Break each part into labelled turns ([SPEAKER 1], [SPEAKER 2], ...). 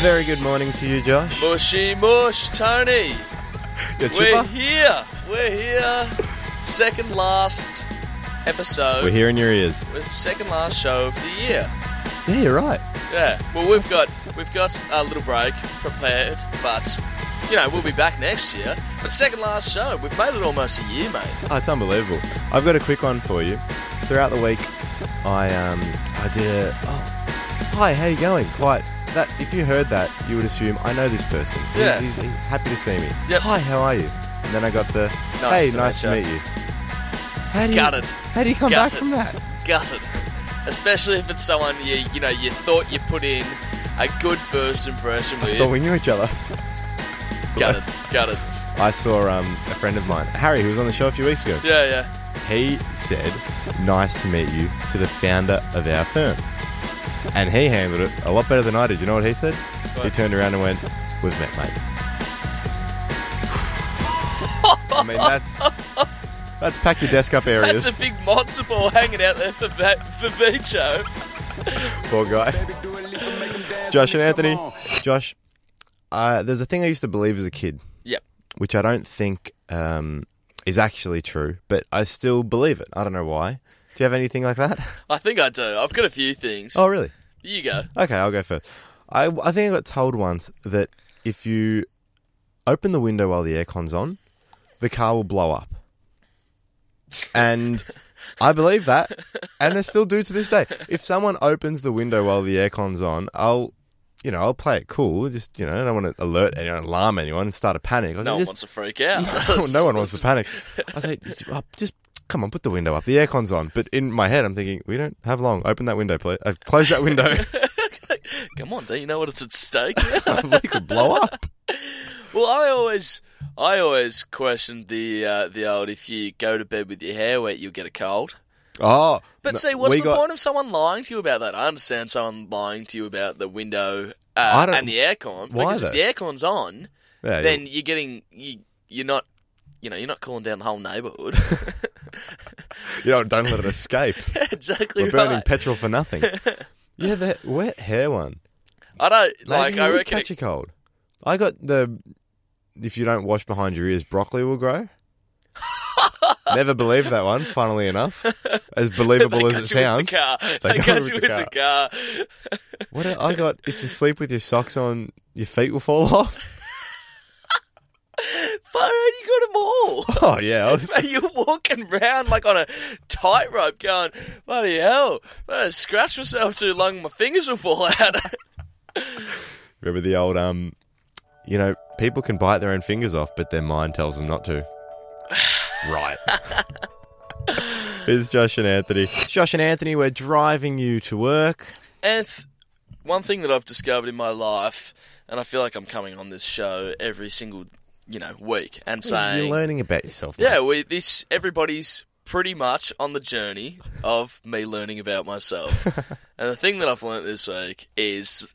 [SPEAKER 1] very good morning to you, Josh.
[SPEAKER 2] Mushy mush, Tony.
[SPEAKER 1] Your
[SPEAKER 2] We're
[SPEAKER 1] chipper.
[SPEAKER 2] here. We're here. Second last episode.
[SPEAKER 1] We're here in your ears.
[SPEAKER 2] We're second last show of the year.
[SPEAKER 1] Yeah, you're right.
[SPEAKER 2] Yeah. Well, we've got we've got a little break prepared, but you know we'll be back next year. But second last show, we've made it almost a year, mate.
[SPEAKER 1] Oh, it's unbelievable. I've got a quick one for you. Throughout the week, I um, I did a. Oh, hi, how you going? Quite. That if you heard that, you would assume I know this person. He's-
[SPEAKER 2] Yeah.
[SPEAKER 1] He's, he's, happy to see me.
[SPEAKER 2] Yep.
[SPEAKER 1] Hi, how are you? And then I got the.
[SPEAKER 2] Nice
[SPEAKER 1] hey,
[SPEAKER 2] to
[SPEAKER 1] nice
[SPEAKER 2] meet
[SPEAKER 1] to meet you. How do you?
[SPEAKER 2] Gutted.
[SPEAKER 1] How do you come back
[SPEAKER 2] Gutted.
[SPEAKER 1] from that?
[SPEAKER 2] Gutted. Especially if it's someone you you know you thought you put in a good first impression with.
[SPEAKER 1] Thought we knew each other.
[SPEAKER 2] Gutted. Gutted.
[SPEAKER 1] I saw um, a friend of mine, Harry, who was on the show a few weeks ago.
[SPEAKER 2] Yeah, yeah.
[SPEAKER 1] He said, "Nice to meet you" to the founder of our firm, and he handled it a lot better than I did. You know what he said? He
[SPEAKER 2] What?
[SPEAKER 1] turned around and went, "We've met, mate." I mean, that's that's pack your desk up areas,
[SPEAKER 2] That's a big monster ball hanging out there for Va- for Vicho.
[SPEAKER 1] poor guy. It's Josh and Anthony. Josh, uh, there's a thing I used to believe as a kid,
[SPEAKER 2] Yep.
[SPEAKER 1] which I don't think um, is actually true, but I still believe it. I don't know why. Do you have anything like that?
[SPEAKER 2] I think I do. I've got a few things.
[SPEAKER 1] Oh, really?
[SPEAKER 2] You go.
[SPEAKER 1] Okay, I'll go first. I, I think I got told once that if you open the window while the aircon's on, the car will blow up. And I believe that, and I still do to this day. If someone opens the window while the aircon's on, I'll, you know, I'll play it cool. Just you know, I don't want to alert anyone, alarm anyone, and start a panic. I was
[SPEAKER 2] No
[SPEAKER 1] like,
[SPEAKER 2] one
[SPEAKER 1] just-
[SPEAKER 2] wants to freak out.
[SPEAKER 1] no, no one wants to panic. I say, just, uh, just come on, put the window up. The aircon's on. But in my head, I'm thinking, we don't have long. Open that window, please. Uh, close that window.
[SPEAKER 2] Come on, don't you know what it's at stake?
[SPEAKER 1] we could blow up.
[SPEAKER 2] well, I always, I always questioned the uh, the old if you go to bed with your hair wet, you'll get a cold.
[SPEAKER 1] Oh,
[SPEAKER 2] But
[SPEAKER 1] no,
[SPEAKER 2] see, what's
[SPEAKER 1] we
[SPEAKER 2] the
[SPEAKER 1] got-
[SPEAKER 2] point of someone lying to you about that? I understand someone lying to you about the window uh,
[SPEAKER 1] I don't-
[SPEAKER 2] and the aircon
[SPEAKER 1] Why,
[SPEAKER 2] because
[SPEAKER 1] though?
[SPEAKER 2] if the aircon's on,
[SPEAKER 1] Yeah,
[SPEAKER 2] then you're getting you you're not you know you're not calling down the whole neighbourhood.
[SPEAKER 1] you, you know, don't let it escape.
[SPEAKER 2] exactly
[SPEAKER 1] We're burning
[SPEAKER 2] right.
[SPEAKER 1] petrol for nothing. yeah, that wet hair one.
[SPEAKER 2] I don't
[SPEAKER 1] Maybe
[SPEAKER 2] like.
[SPEAKER 1] you
[SPEAKER 2] I
[SPEAKER 1] would
[SPEAKER 2] reckon.
[SPEAKER 1] catch a cold. I got the. If you don't wash behind your ears, broccoli will grow. Never believed that one. Funnily enough, as
[SPEAKER 2] They
[SPEAKER 1] believable
[SPEAKER 2] got
[SPEAKER 1] as it
[SPEAKER 2] you
[SPEAKER 1] sounds.
[SPEAKER 2] With the car. They, got, you with the car.
[SPEAKER 1] What el- I got? If you sleep with your socks on, your feet will fall off.
[SPEAKER 2] Fire, you got them all.
[SPEAKER 1] Oh yeah, I was,
[SPEAKER 2] Mate, You're walking round like on a tightrope going, bloody hell, I scratch myself too long, my fingers will fall out.
[SPEAKER 1] remember the old um, you know, people can bite their own fingers off, but their mind tells them not to. right. it's Josh and Anthony. It's Josh and Anthony, we're driving you to work.
[SPEAKER 2] and th- one thing that I've discovered in my life, and I feel like I'm coming on this show every single, you know, week and
[SPEAKER 1] You're
[SPEAKER 2] saying,
[SPEAKER 1] learning about yourself. mate.
[SPEAKER 2] yeah, we, this, everybody's pretty much on the journey of me learning about myself. and the thing that I've learnt this week is,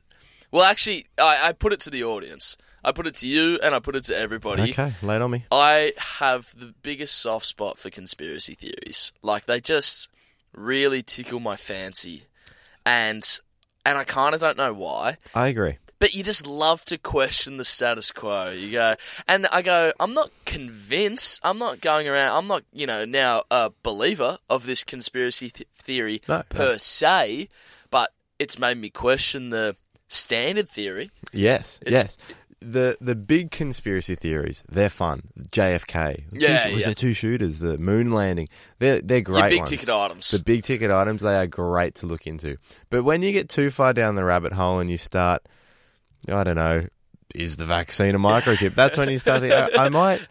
[SPEAKER 2] well, actually, I, I put it to the audience. I put it to you and I put it to everybody.
[SPEAKER 1] Okay, lay it on me.
[SPEAKER 2] I have the biggest soft spot for conspiracy theories. Like they just really tickle my fancy. And and I kind of don't know why,
[SPEAKER 1] I agree.
[SPEAKER 2] but you just love to question the status quo. You go and I go, I'm not convinced. I'm not going around. I'm not, you know, now a believer of this conspiracy th- theory
[SPEAKER 1] No, no.
[SPEAKER 2] per se, but it's made me question the standard theory.
[SPEAKER 1] Yes,
[SPEAKER 2] It's-
[SPEAKER 1] yes. The the big conspiracy theories, they're fun. JFK. The two-
[SPEAKER 2] Yeah,
[SPEAKER 1] was
[SPEAKER 2] yeah.
[SPEAKER 1] there two shooters? The moon landing. They're they're great.
[SPEAKER 2] Your big
[SPEAKER 1] ones.
[SPEAKER 2] ticket items.
[SPEAKER 1] The big ticket items, they are great to look into. But when you get too far down the rabbit hole and you start, I don't know, is the vaccine a microchip? That's when you start thinking, I, I might.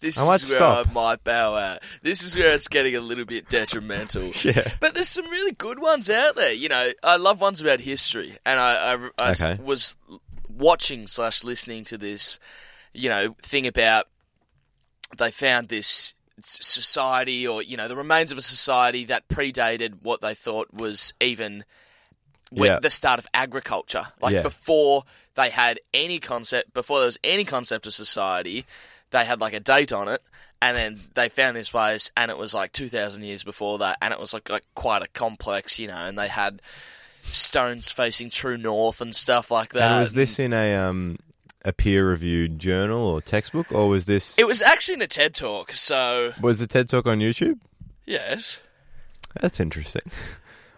[SPEAKER 2] This
[SPEAKER 1] I might
[SPEAKER 2] is where
[SPEAKER 1] stop.
[SPEAKER 2] I might bow out. This is where it's getting a little bit detrimental.
[SPEAKER 1] Yeah.
[SPEAKER 2] But there's some really good ones out there. You know, I love ones about history, and I, I, I
[SPEAKER 1] Okay.
[SPEAKER 2] was watching slash listening to this, you know, thing about they found this s- society or you know the remains of a society that predated what they thought was even with
[SPEAKER 1] Yeah.
[SPEAKER 2] the start of agriculture like
[SPEAKER 1] Yeah.
[SPEAKER 2] before they had any concept before there was any concept of society they had like a date on it and then they found this place and it was like 2000 years before that and it was like, like quite a complex you know and they had stones facing true north and stuff like that.
[SPEAKER 1] And was this in a um a peer reviewed journal or textbook, or was this
[SPEAKER 2] It was actually in a TED talk, so
[SPEAKER 1] was the TED Talk on YouTube?
[SPEAKER 2] yes.
[SPEAKER 1] That's interesting.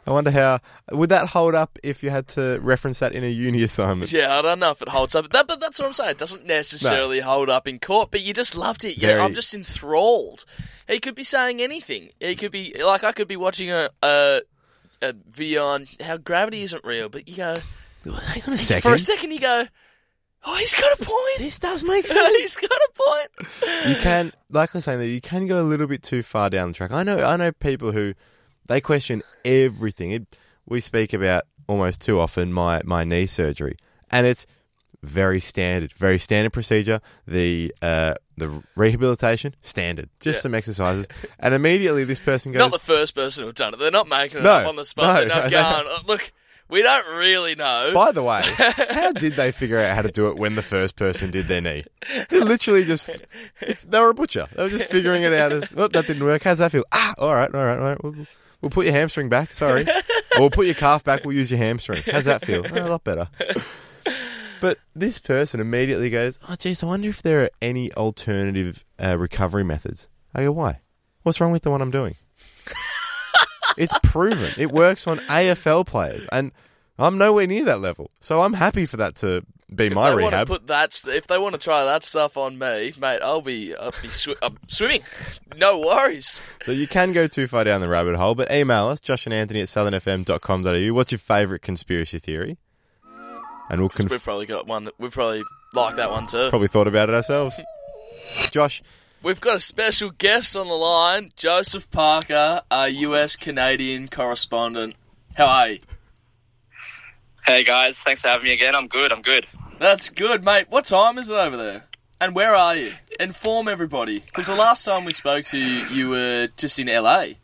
[SPEAKER 1] I wonder how would that hold up if you had to reference that in a uni assignment.
[SPEAKER 2] Yeah, I don't know if it holds up. That, but that's what I'm saying. It doesn't necessarily hold up in court, but you just loved it. Yeah,
[SPEAKER 1] Very-
[SPEAKER 2] I'm just enthralled. He could be saying anything. He could be like I could be watching a a, a video on how gravity isn't real, but you go
[SPEAKER 1] Hang on a
[SPEAKER 2] for a second, you go, oh, he's got a point.
[SPEAKER 1] This does make
[SPEAKER 2] he's got a point.
[SPEAKER 1] you can, like I was saying, that you can go a little bit too far down the track. I know, I know people who they question everything. It, we speak about almost too often my my knee surgery, and it's very standard, very standard procedure. The uh, the rehabilitation standard, just
[SPEAKER 2] Yeah.
[SPEAKER 1] some exercises, and immediately this person goes,
[SPEAKER 2] Not the first person who've done it. They're not making it
[SPEAKER 1] No,
[SPEAKER 2] up on the spot.
[SPEAKER 1] no,
[SPEAKER 2] They're not
[SPEAKER 1] no, no.
[SPEAKER 2] going. "Oh, look, we don't really know.
[SPEAKER 1] By the way, how did they figure out how to do it when the first person did their knee? They literally just, it's, they were a butcher. They were just figuring it out as, oh, that didn't work. How's that feel? Ah, all right, all right, all right. We'll, we'll put your hamstring back. Sorry. or we'll put your calf back. We'll use your hamstring. How's that feel? Oh, a lot better. But this person immediately goes, oh, geez, I wonder if there are any alternative uh, recovery methods. I go, why? What's wrong with the one I'm doing? It's proven. It works on AFL players, and I'm nowhere near that level. So I'm happy for that to be
[SPEAKER 2] If
[SPEAKER 1] my
[SPEAKER 2] they want to
[SPEAKER 1] rehab.
[SPEAKER 2] put that, st- if they want to try that stuff on me, mate, I'll be, I'll be swi- I'm swimming. No worries.
[SPEAKER 1] so you can go too far down the rabbit hole, but email us, Josh and Anthony at southernfm.com.au. What's your favourite conspiracy theory? And we'll
[SPEAKER 2] 'Cause
[SPEAKER 1] conf-
[SPEAKER 2] we've probably got one. that- We probably like that one too.
[SPEAKER 1] probably thought about it ourselves. Josh,
[SPEAKER 2] We've got a special guest on the line, Joseph Parker, our U.S. Canadian correspondent. How are you?
[SPEAKER 3] Hey guys, thanks for having me again. I'm good. I'm good.
[SPEAKER 2] That's good, mate. What time is it over there? And where are you? Inform everybody, because the last time we spoke to you, you were just in LA.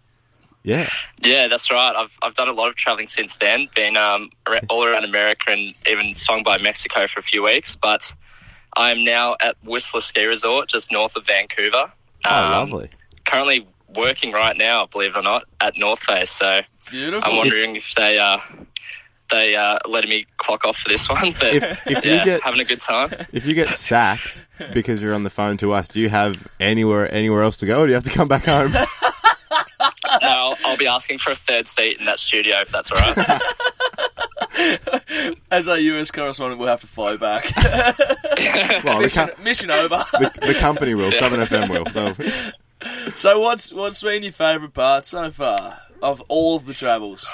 [SPEAKER 1] yeah,
[SPEAKER 3] Yeah, that's right. I've, I've done a lot of traveling since then. Been um, ar- all around America and even swung by Mexico for a few weeks. But I am now at Whistler Ski Resort, just north of Vancouver.
[SPEAKER 1] oh,
[SPEAKER 3] Um,
[SPEAKER 1] lovely.
[SPEAKER 3] Currently working right now, believe it or not, at North Face. So
[SPEAKER 2] Beautiful.
[SPEAKER 3] I'm wondering if they uh, they uh, letting me clock off for this one. But
[SPEAKER 1] If, if
[SPEAKER 3] yeah,
[SPEAKER 1] you get
[SPEAKER 3] having a good time.
[SPEAKER 1] if you get sacked because you're on the phone to us, do you have anywhere anywhere else to go, or do you have to come back home?
[SPEAKER 3] no, I'll, I'll be asking for a third seat in that studio if that's all right.
[SPEAKER 2] As our US correspondent, we'll have to fly back.
[SPEAKER 1] Well, the,
[SPEAKER 2] mission,
[SPEAKER 1] co-
[SPEAKER 2] mission over.
[SPEAKER 1] the, the company will, Southern FM will. They'll-
[SPEAKER 2] so what's what's been your favourite part so far of all of the travels?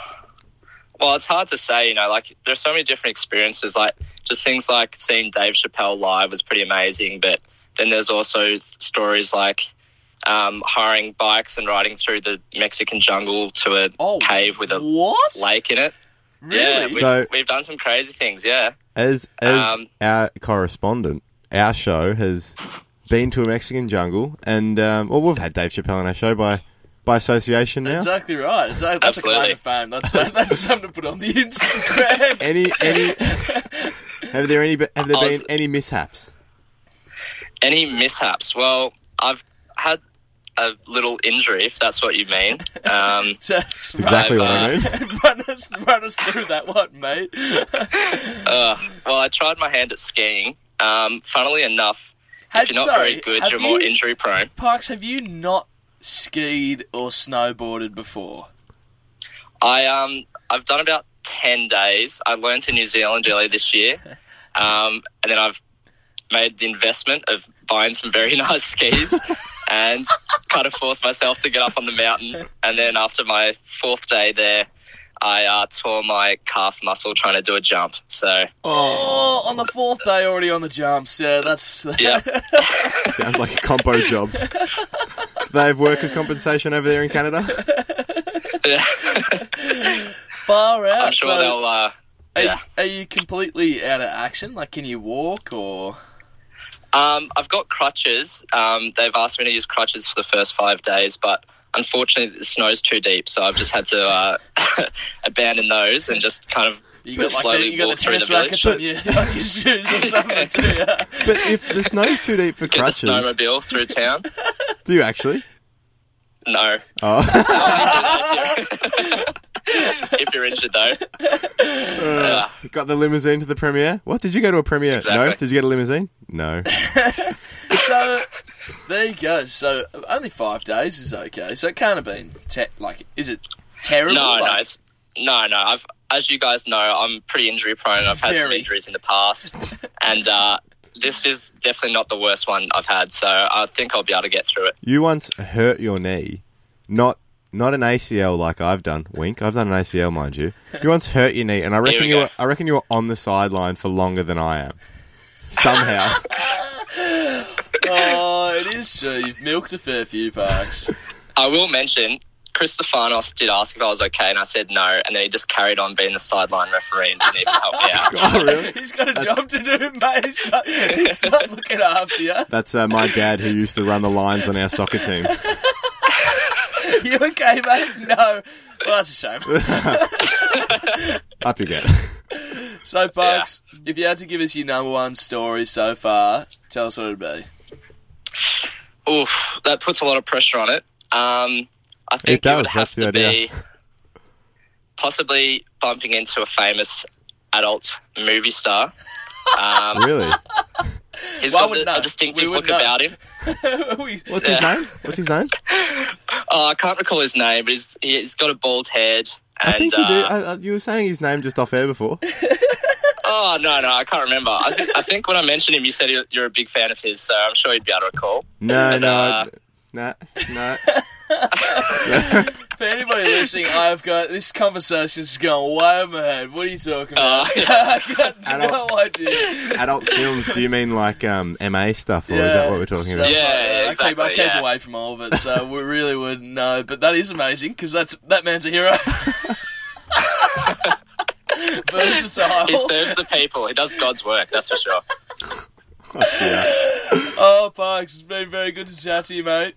[SPEAKER 3] Well, it's hard to say, you know, like there's so many different experiences, like just things like seeing Dave Chappelle live was pretty amazing, but then there's also th- stories like um, hiring bikes and riding through the Mexican jungle to a
[SPEAKER 2] Oh,
[SPEAKER 3] cave with a
[SPEAKER 2] what?
[SPEAKER 3] lake in it. Yeah,
[SPEAKER 2] really?
[SPEAKER 3] we've,
[SPEAKER 1] So-
[SPEAKER 3] we've done some crazy things, yeah.
[SPEAKER 1] As as
[SPEAKER 3] Um,
[SPEAKER 1] our correspondent, our show has been to a Mexican jungle, and um, well, we've had Dave Chappelle on our show by by association now.
[SPEAKER 2] Exactly right. It's a- that's a claim
[SPEAKER 3] Absolutely.
[SPEAKER 2] of fame. That's that's something to put on the Instagram.
[SPEAKER 1] Any any have there any have there
[SPEAKER 3] I was-
[SPEAKER 1] been any mishaps?
[SPEAKER 3] Any mishaps? Well, I've had a little injury, if that's what you mean. Um,
[SPEAKER 2] That's right.
[SPEAKER 1] Exactly what I mean.
[SPEAKER 2] run us run us through that one, mate.
[SPEAKER 3] uh, well, I tried my hand at skiing. Um, funnily enough,
[SPEAKER 2] Had-
[SPEAKER 3] if you're not
[SPEAKER 2] sorry,
[SPEAKER 3] very good,
[SPEAKER 2] have
[SPEAKER 3] you're more
[SPEAKER 2] you-
[SPEAKER 3] injury prone.
[SPEAKER 2] Parks, have you not skied or snowboarded before?
[SPEAKER 3] I um I've done about ten days. I learned in New Zealand earlier this year, um, and then I've made the investment of buying some very nice skis and kind of forced myself to get up on the mountain. And then after my fourth day there, I uh, tore my calf muscle trying to do a jump. So
[SPEAKER 2] Oh, on the fourth day already on the jumps. Yeah, that's
[SPEAKER 3] yeah,
[SPEAKER 1] Sounds like a compo job. Do they have workers' compensation over there in Canada?
[SPEAKER 2] far out.
[SPEAKER 3] I'm sure
[SPEAKER 2] so
[SPEAKER 3] they'll. Uh,
[SPEAKER 2] are,
[SPEAKER 3] yeah.
[SPEAKER 2] are you completely out of action? Like, can you walk or?
[SPEAKER 3] Um, I've got crutches. Um, they've asked me to use crutches for the first five days, but unfortunately the snow's too deep, so I've just had to uh, abandon those and just kind of
[SPEAKER 2] You got like the,
[SPEAKER 3] slowly
[SPEAKER 2] you got the
[SPEAKER 3] walk through the
[SPEAKER 2] tennis
[SPEAKER 3] village.
[SPEAKER 2] rackets on your, on your shoes or something. Too, yeah.
[SPEAKER 1] But if the snow's too deep for
[SPEAKER 3] Get the
[SPEAKER 1] crutches,
[SPEAKER 3] snowmobile through town.
[SPEAKER 1] do you actually?
[SPEAKER 3] No,
[SPEAKER 1] Oh,
[SPEAKER 3] if you're injured though.
[SPEAKER 1] Uh, got the limousine to the premiere. What did you go to a premiere? No.
[SPEAKER 3] Exactly.
[SPEAKER 1] Did you get a limousine? No.
[SPEAKER 2] so there you go. So only five days is okay. So it can't have been te- like, is it terrible?
[SPEAKER 3] No, no,
[SPEAKER 2] Like,
[SPEAKER 3] it's no, no. I've, as you guys know, I'm pretty injury prone. I've had some
[SPEAKER 2] Very.
[SPEAKER 3] injuries in the past, and uh, this is definitely not the worst one I've had. So I think I'll be able to get through it.
[SPEAKER 1] You once hurt your knee, not not an ACL like I've done. Wink, I've done an ACL, mind you. You once hurt your knee, and I reckon
[SPEAKER 3] we
[SPEAKER 1] you
[SPEAKER 3] go.
[SPEAKER 1] were, I reckon you were on the sideline for longer than I am. Somehow,
[SPEAKER 2] Oh, it is true. You've milked a fair few parks.
[SPEAKER 3] I will mention. Chris Stefanos did ask if I was okay, and I said no, and then he just carried on being the sideline referee and didn't even help me out.
[SPEAKER 1] Oh, really?
[SPEAKER 2] He's got a job to do, mate. He's not, he's not looking after you.
[SPEAKER 1] that's uh, my dad who used to run the lines on our soccer team.
[SPEAKER 2] You okay, mate? No. Well, that's a shame.
[SPEAKER 1] Up you go.
[SPEAKER 2] So, Bugs, if you had to give us your number one story so far, tell us what it'd be.
[SPEAKER 3] Oof, that puts a lot of pressure on it. Um, I think it,
[SPEAKER 1] does,
[SPEAKER 3] would
[SPEAKER 1] that's
[SPEAKER 3] have
[SPEAKER 1] the
[SPEAKER 3] to
[SPEAKER 1] idea.
[SPEAKER 3] be possibly bumping into a famous adult movie star. Um,
[SPEAKER 1] Really?
[SPEAKER 3] he's
[SPEAKER 2] Well, I
[SPEAKER 3] got
[SPEAKER 2] wouldn't
[SPEAKER 3] the-
[SPEAKER 2] know.
[SPEAKER 3] a distinctive
[SPEAKER 2] We
[SPEAKER 3] look
[SPEAKER 2] wouldn't know.
[SPEAKER 3] about him.
[SPEAKER 2] We-
[SPEAKER 1] What's his
[SPEAKER 3] Yeah.
[SPEAKER 1] name? What's his name?
[SPEAKER 3] Oh, I can't recall his name, but he's, he's got a bald head. And,
[SPEAKER 1] I think you,
[SPEAKER 3] uh,
[SPEAKER 1] do. I, I, you were saying his name just off air before.
[SPEAKER 3] Oh, no, no, I can't remember. I, th- I think when I mentioned him, you said you- you're a big fan of his, so I'm sure you'd be able to recall.
[SPEAKER 1] No,
[SPEAKER 3] But,
[SPEAKER 1] no,
[SPEAKER 3] uh,
[SPEAKER 1] no, no.
[SPEAKER 2] For anybody listening, I've got this conversation's gone way over my head. What are you talking about? I got no idea.
[SPEAKER 1] Adult films? Do you mean like um, MA stuff, or is that what we're talking
[SPEAKER 2] so-
[SPEAKER 1] about?
[SPEAKER 3] Yeah,
[SPEAKER 2] I keep- I
[SPEAKER 3] exactly,
[SPEAKER 2] keep
[SPEAKER 3] yeah.
[SPEAKER 2] away from all of it, so we really wouldn't know. But that is amazing because that's that man's a hero. Versatile.
[SPEAKER 3] He serves the people. He does God's work, that's for sure.
[SPEAKER 1] Yeah.
[SPEAKER 2] Oh, Parks, it's been very good to chat to you, mate.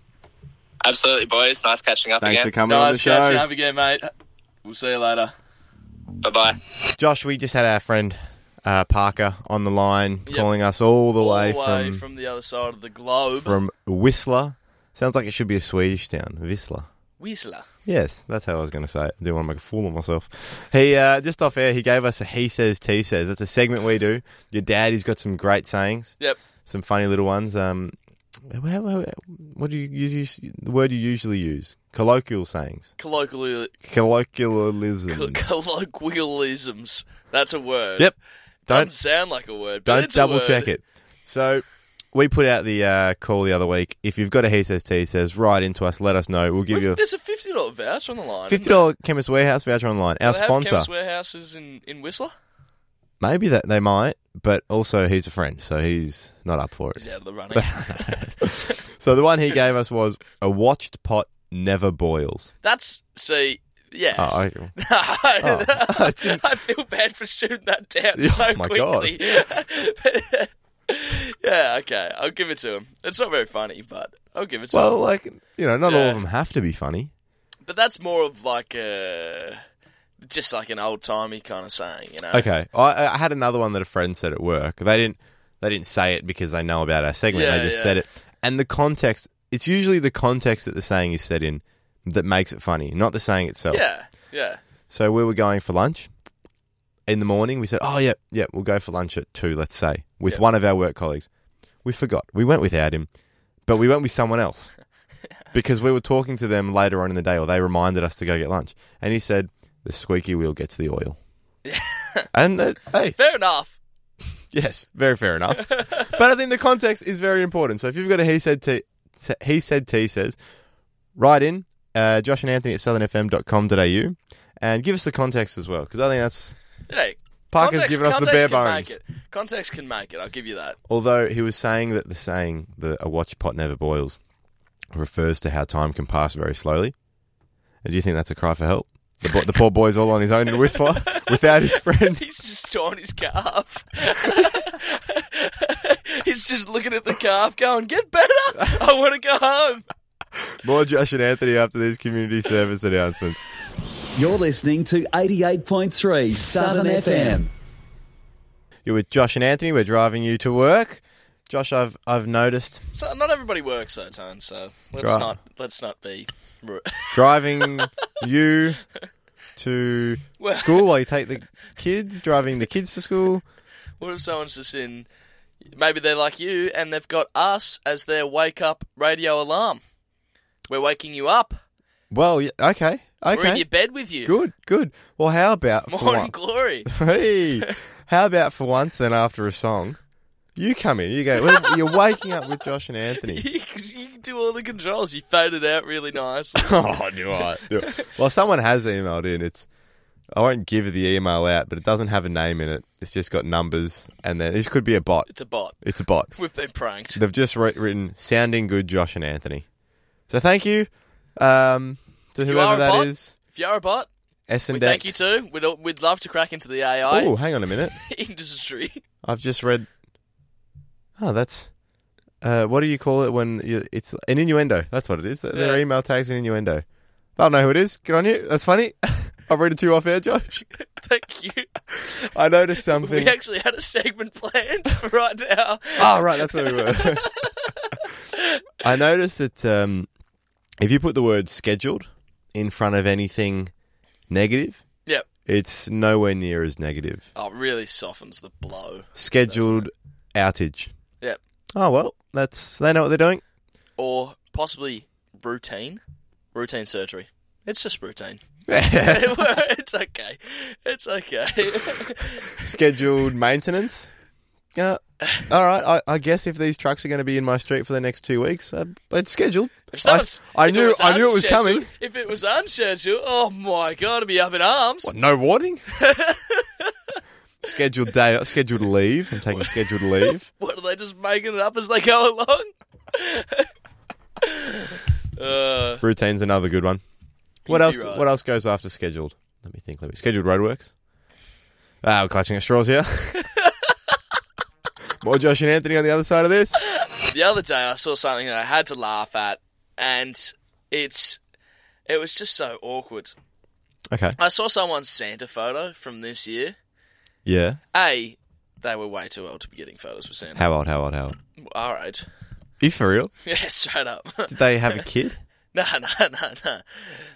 [SPEAKER 3] Absolutely, boys. Nice catching up
[SPEAKER 1] Thanks for
[SPEAKER 3] again.
[SPEAKER 1] coming
[SPEAKER 2] Nice
[SPEAKER 1] on the
[SPEAKER 2] catching
[SPEAKER 1] show.
[SPEAKER 2] up again, mate. We'll see you later.
[SPEAKER 3] Bye bye.
[SPEAKER 1] Josh, we just had our friend uh, Parker on the line
[SPEAKER 2] Yep.
[SPEAKER 1] calling us all the way,
[SPEAKER 2] all the way
[SPEAKER 1] from,
[SPEAKER 2] from, the other side of the globe.
[SPEAKER 1] from Whistler. Sounds like it should be a Swedish town, Whistler.
[SPEAKER 2] Whistler.
[SPEAKER 1] Yes, that's how I was going to say it. I didn't want to make a fool of myself. He uh, just off air, he gave us a he says, T says. That's a segment we do. Your dad, he's got some great sayings,
[SPEAKER 2] Yep.
[SPEAKER 1] some funny little ones. Um, wha- wha- what do you use? The word you usually use? Colloquial sayings,
[SPEAKER 2] Colloquially,
[SPEAKER 1] colloquialisms.
[SPEAKER 2] col- colloquialisms. That's a word.
[SPEAKER 1] Yep.
[SPEAKER 2] Doesn't
[SPEAKER 1] Don't
[SPEAKER 2] sound like a word. But
[SPEAKER 1] Don't
[SPEAKER 2] it's a
[SPEAKER 1] double
[SPEAKER 2] word.
[SPEAKER 1] check it. So we put out the uh, call the other week. If you've got a he says T says, write into us. Let us know. We'll give
[SPEAKER 2] We've-
[SPEAKER 1] you a
[SPEAKER 2] There's a fifty dollar voucher on the line.
[SPEAKER 1] fifty dollar Chemist Warehouse voucher online. Our
[SPEAKER 2] They have
[SPEAKER 1] sponsor.
[SPEAKER 2] Chemist warehouses in in Whistler.
[SPEAKER 1] Maybe that they might, but also he's a friend, so he's not up for
[SPEAKER 2] He's
[SPEAKER 1] it.
[SPEAKER 2] out of the running.
[SPEAKER 1] So the one he gave us was a watched pot never boils.
[SPEAKER 2] That's see. Yeah.
[SPEAKER 1] Oh, okay. I
[SPEAKER 2] I,
[SPEAKER 1] didn't-
[SPEAKER 2] feel bad for shooting that down
[SPEAKER 1] Yeah,
[SPEAKER 2] so
[SPEAKER 1] my God.
[SPEAKER 2] quickly. But, yeah, okay. I'll give it to him. It's not very funny, but I'll give it to
[SPEAKER 1] well,
[SPEAKER 2] him.
[SPEAKER 1] like you know, not all
[SPEAKER 2] Yeah.
[SPEAKER 1] of them have to be funny.
[SPEAKER 2] But that's more of like a just like an old timey kind of saying, you know.
[SPEAKER 1] Okay, I, I had another one that a friend said at work. They didn't they didn't say it because they know about our segment.
[SPEAKER 2] Yeah,
[SPEAKER 1] they just
[SPEAKER 2] yeah.
[SPEAKER 1] said it, and the context. It's usually the context that the saying is said in that makes it funny, not the saying itself.
[SPEAKER 2] Yeah. Yeah.
[SPEAKER 1] So we were going for lunch in the morning. We said, "Oh yeah, yeah, we'll go for lunch at two, let's say, with
[SPEAKER 2] Yeah.
[SPEAKER 1] one of our work colleagues." We forgot. We went without him, but we went with someone else because we were talking to them later on in the day, or they reminded us to go get lunch. And he said, "The squeaky wheel gets the oil." and uh, hey,
[SPEAKER 2] Fair enough.
[SPEAKER 1] Yes, very fair enough. but I think the context is very important. So if you've got a he said t s- he said t says, write in uh, Josh and Anthony at southernfm.com.au and give us the context as well because I think that's
[SPEAKER 2] Yeah.
[SPEAKER 1] Parker's
[SPEAKER 2] context,
[SPEAKER 1] given us the bare
[SPEAKER 2] context can
[SPEAKER 1] bones.
[SPEAKER 2] make it. Context can make it. I'll give you that.
[SPEAKER 1] Although he was saying that the saying that a watch pot never boils refers to how time can pass very slowly. And do you think that's a cry for help? The, bo- the poor boy's all on his own in Whistler without his friend.
[SPEAKER 2] He's just torn his calf. He's just looking at the calf, going, "Get better! I want to go home."
[SPEAKER 1] More Josh and Anthony after these community service announcements.
[SPEAKER 4] You're listening to 88.3 Southern FM.
[SPEAKER 1] You're with Josh and Anthony. We're driving you to work. Josh, I've I've noticed
[SPEAKER 2] So not everybody works though, Tone. So let's
[SPEAKER 1] Right.
[SPEAKER 2] not let's not be. ru-
[SPEAKER 1] driving you to school while you take the kids, driving the kids to school.
[SPEAKER 2] What if someone's just in? Maybe they're like you, and they've got us as their wake-up radio alarm. We're waking you up.
[SPEAKER 1] Well, yeah, okay, okay.
[SPEAKER 2] We're in your bed with you.
[SPEAKER 1] Good, good. Well, how about for one-
[SPEAKER 2] Morning glory.
[SPEAKER 1] Hey, how about for once then after a song, you come in, you go, well, you're waking up with Josh and Anthony.
[SPEAKER 2] you can do all the controls. You faded out really nice.
[SPEAKER 1] oh, do I? Yeah. Well, someone has emailed in. It's I won't give the email out, but it doesn't have a name in it. It's just got numbers, and then this could be a bot.
[SPEAKER 2] It's a bot.
[SPEAKER 1] It's a bot.
[SPEAKER 2] We've been pranked.
[SPEAKER 1] They've just writ- written "sounding good," Josh and Anthony. So thank you um, to
[SPEAKER 2] are
[SPEAKER 1] whoever
[SPEAKER 2] a
[SPEAKER 1] that
[SPEAKER 2] bot.
[SPEAKER 1] is.
[SPEAKER 2] If you are a bot,
[SPEAKER 1] S
[SPEAKER 2] we
[SPEAKER 1] and
[SPEAKER 2] thank you too. We'd, we'd love to crack into the AI
[SPEAKER 1] Oh, hang on a minute.
[SPEAKER 2] industry.
[SPEAKER 1] I've just read. Oh, that's. Uh, what do you call it when you, it's an innuendo? That's what it is. Their
[SPEAKER 2] Yeah.
[SPEAKER 1] email tags an innuendo. They'll know who it is. Good on you. That's funny. I've read it to you off air, Josh.
[SPEAKER 2] Thank you.
[SPEAKER 1] I noticed
[SPEAKER 2] We
[SPEAKER 1] something.
[SPEAKER 2] actually had a segment planned for right now.
[SPEAKER 1] oh, right, that's where we were. I noticed that um, if you put the word scheduled in front of anything negative,
[SPEAKER 2] Yep.
[SPEAKER 1] it's nowhere near as negative.
[SPEAKER 2] Oh, it really softens the blow.
[SPEAKER 1] Scheduled outage.
[SPEAKER 2] Yep.
[SPEAKER 1] Oh, well, that's they know what they're doing.
[SPEAKER 2] Or possibly routine. Routine surgery. It's just routine. it's okay. It's okay.
[SPEAKER 1] scheduled maintenance. Yeah. All right. I, I guess if these trucks are going to be in my street for the next two weeks, uh, it's scheduled.
[SPEAKER 2] If someone's-
[SPEAKER 1] I, I
[SPEAKER 2] if
[SPEAKER 1] knew. I knew it was
[SPEAKER 2] unscheduled-
[SPEAKER 1] coming.
[SPEAKER 2] If it was unscheduled, oh my god, I'd be up in arms.
[SPEAKER 1] What, no warning. scheduled day. Scheduled leave. I'm taking scheduled leave.
[SPEAKER 2] What are they just making it up as they go along? uh,
[SPEAKER 1] Routine's another good one. What else?
[SPEAKER 2] right.
[SPEAKER 1] What else goes after scheduled? Let me think. Let me scheduled roadworks. Ah, we're clutching at straws here. More Josh and Anthony on the other side of this.
[SPEAKER 2] the other day, I saw something that I had to laugh at, and it's it was just so awkward.
[SPEAKER 1] Okay.
[SPEAKER 2] I saw someone's Santa photo from this year.
[SPEAKER 1] Yeah.
[SPEAKER 2] A, they were way too old to be getting photos with Santa.
[SPEAKER 1] How old? How old? How old?
[SPEAKER 2] All right,
[SPEAKER 1] If for real,
[SPEAKER 2] yeah, straight up.
[SPEAKER 1] did they have a kid?
[SPEAKER 2] No, no, no, no.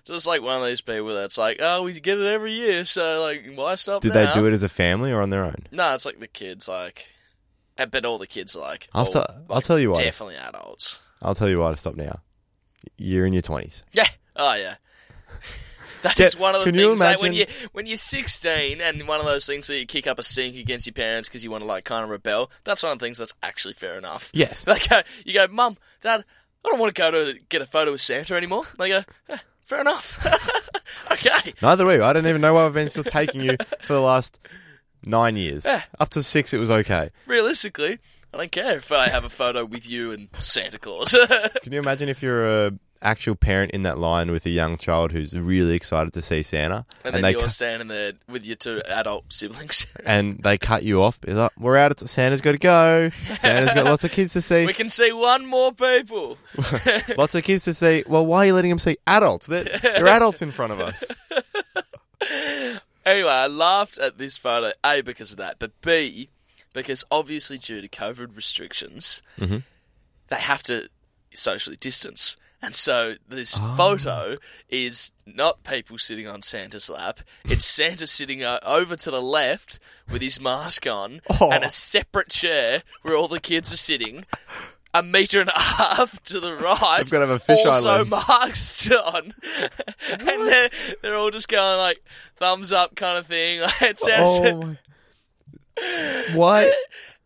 [SPEAKER 2] Just like one of these people that's like, oh, we get it every year, so like, why stop?
[SPEAKER 1] Did they do it as a family or on their own?
[SPEAKER 2] No, it's like the kids like. I bet all the kids are like.
[SPEAKER 1] I'll,
[SPEAKER 2] oh,
[SPEAKER 1] st- I'll tell you why.
[SPEAKER 2] definitely adults.
[SPEAKER 1] I'll tell you why to stop now. You're in your 20s.
[SPEAKER 2] Yeah. Oh yeah. That is
[SPEAKER 1] Yeah,
[SPEAKER 2] one of the
[SPEAKER 1] can you
[SPEAKER 2] things like when you
[SPEAKER 1] imagine-
[SPEAKER 2] when you're 16 and one of those things that you kick up a stink against your parents because you want to like kind of rebel. That's one of the things that's actually fair enough.
[SPEAKER 1] Yes.
[SPEAKER 2] They go, you go, Mum, Dad, I don't want to go to get a photo with Santa anymore. They go, "Eh, fair enough. okay.
[SPEAKER 1] Neither way. I don't even know why I've been still taking you for the last nine years.
[SPEAKER 2] Ah.
[SPEAKER 1] Up to six, it was okay.
[SPEAKER 2] Realistically, I don't care if I have a photo with you and Santa Claus.
[SPEAKER 1] Can you imagine if you're a actual parent in that line with a young child who's really excited to see Santa
[SPEAKER 2] And then
[SPEAKER 1] they
[SPEAKER 2] you're
[SPEAKER 1] cu-
[SPEAKER 2] standing there with your two adult siblings.
[SPEAKER 1] and they cut you off? It's like, we're out. Of t- Santa's got to go. Santa's got lots of kids to see.
[SPEAKER 2] we can see one more people.
[SPEAKER 1] Lots of kids to see. Well, why are you letting them see adults? They're, they're adults in front of us.
[SPEAKER 2] Anyway, I laughed at this photo, A, because of that, but B, because obviously due to COVID restrictions,
[SPEAKER 1] Mm-hmm.
[SPEAKER 2] they have to socially distance. And so this
[SPEAKER 1] Ah.
[SPEAKER 2] photo is not people sitting on Santa's lap. It's Santa sitting uh, over to the left with his mask on
[SPEAKER 1] Oh.
[SPEAKER 2] and a separate chair where all the kids are sitting. A meter and a half to the right.
[SPEAKER 1] They've gotta have a fisheye
[SPEAKER 2] Also
[SPEAKER 1] lens.
[SPEAKER 2] masked on. and they're, they're all just going like thumbs up kind of thing. Like, it sounds,
[SPEAKER 1] Oh, my. Why?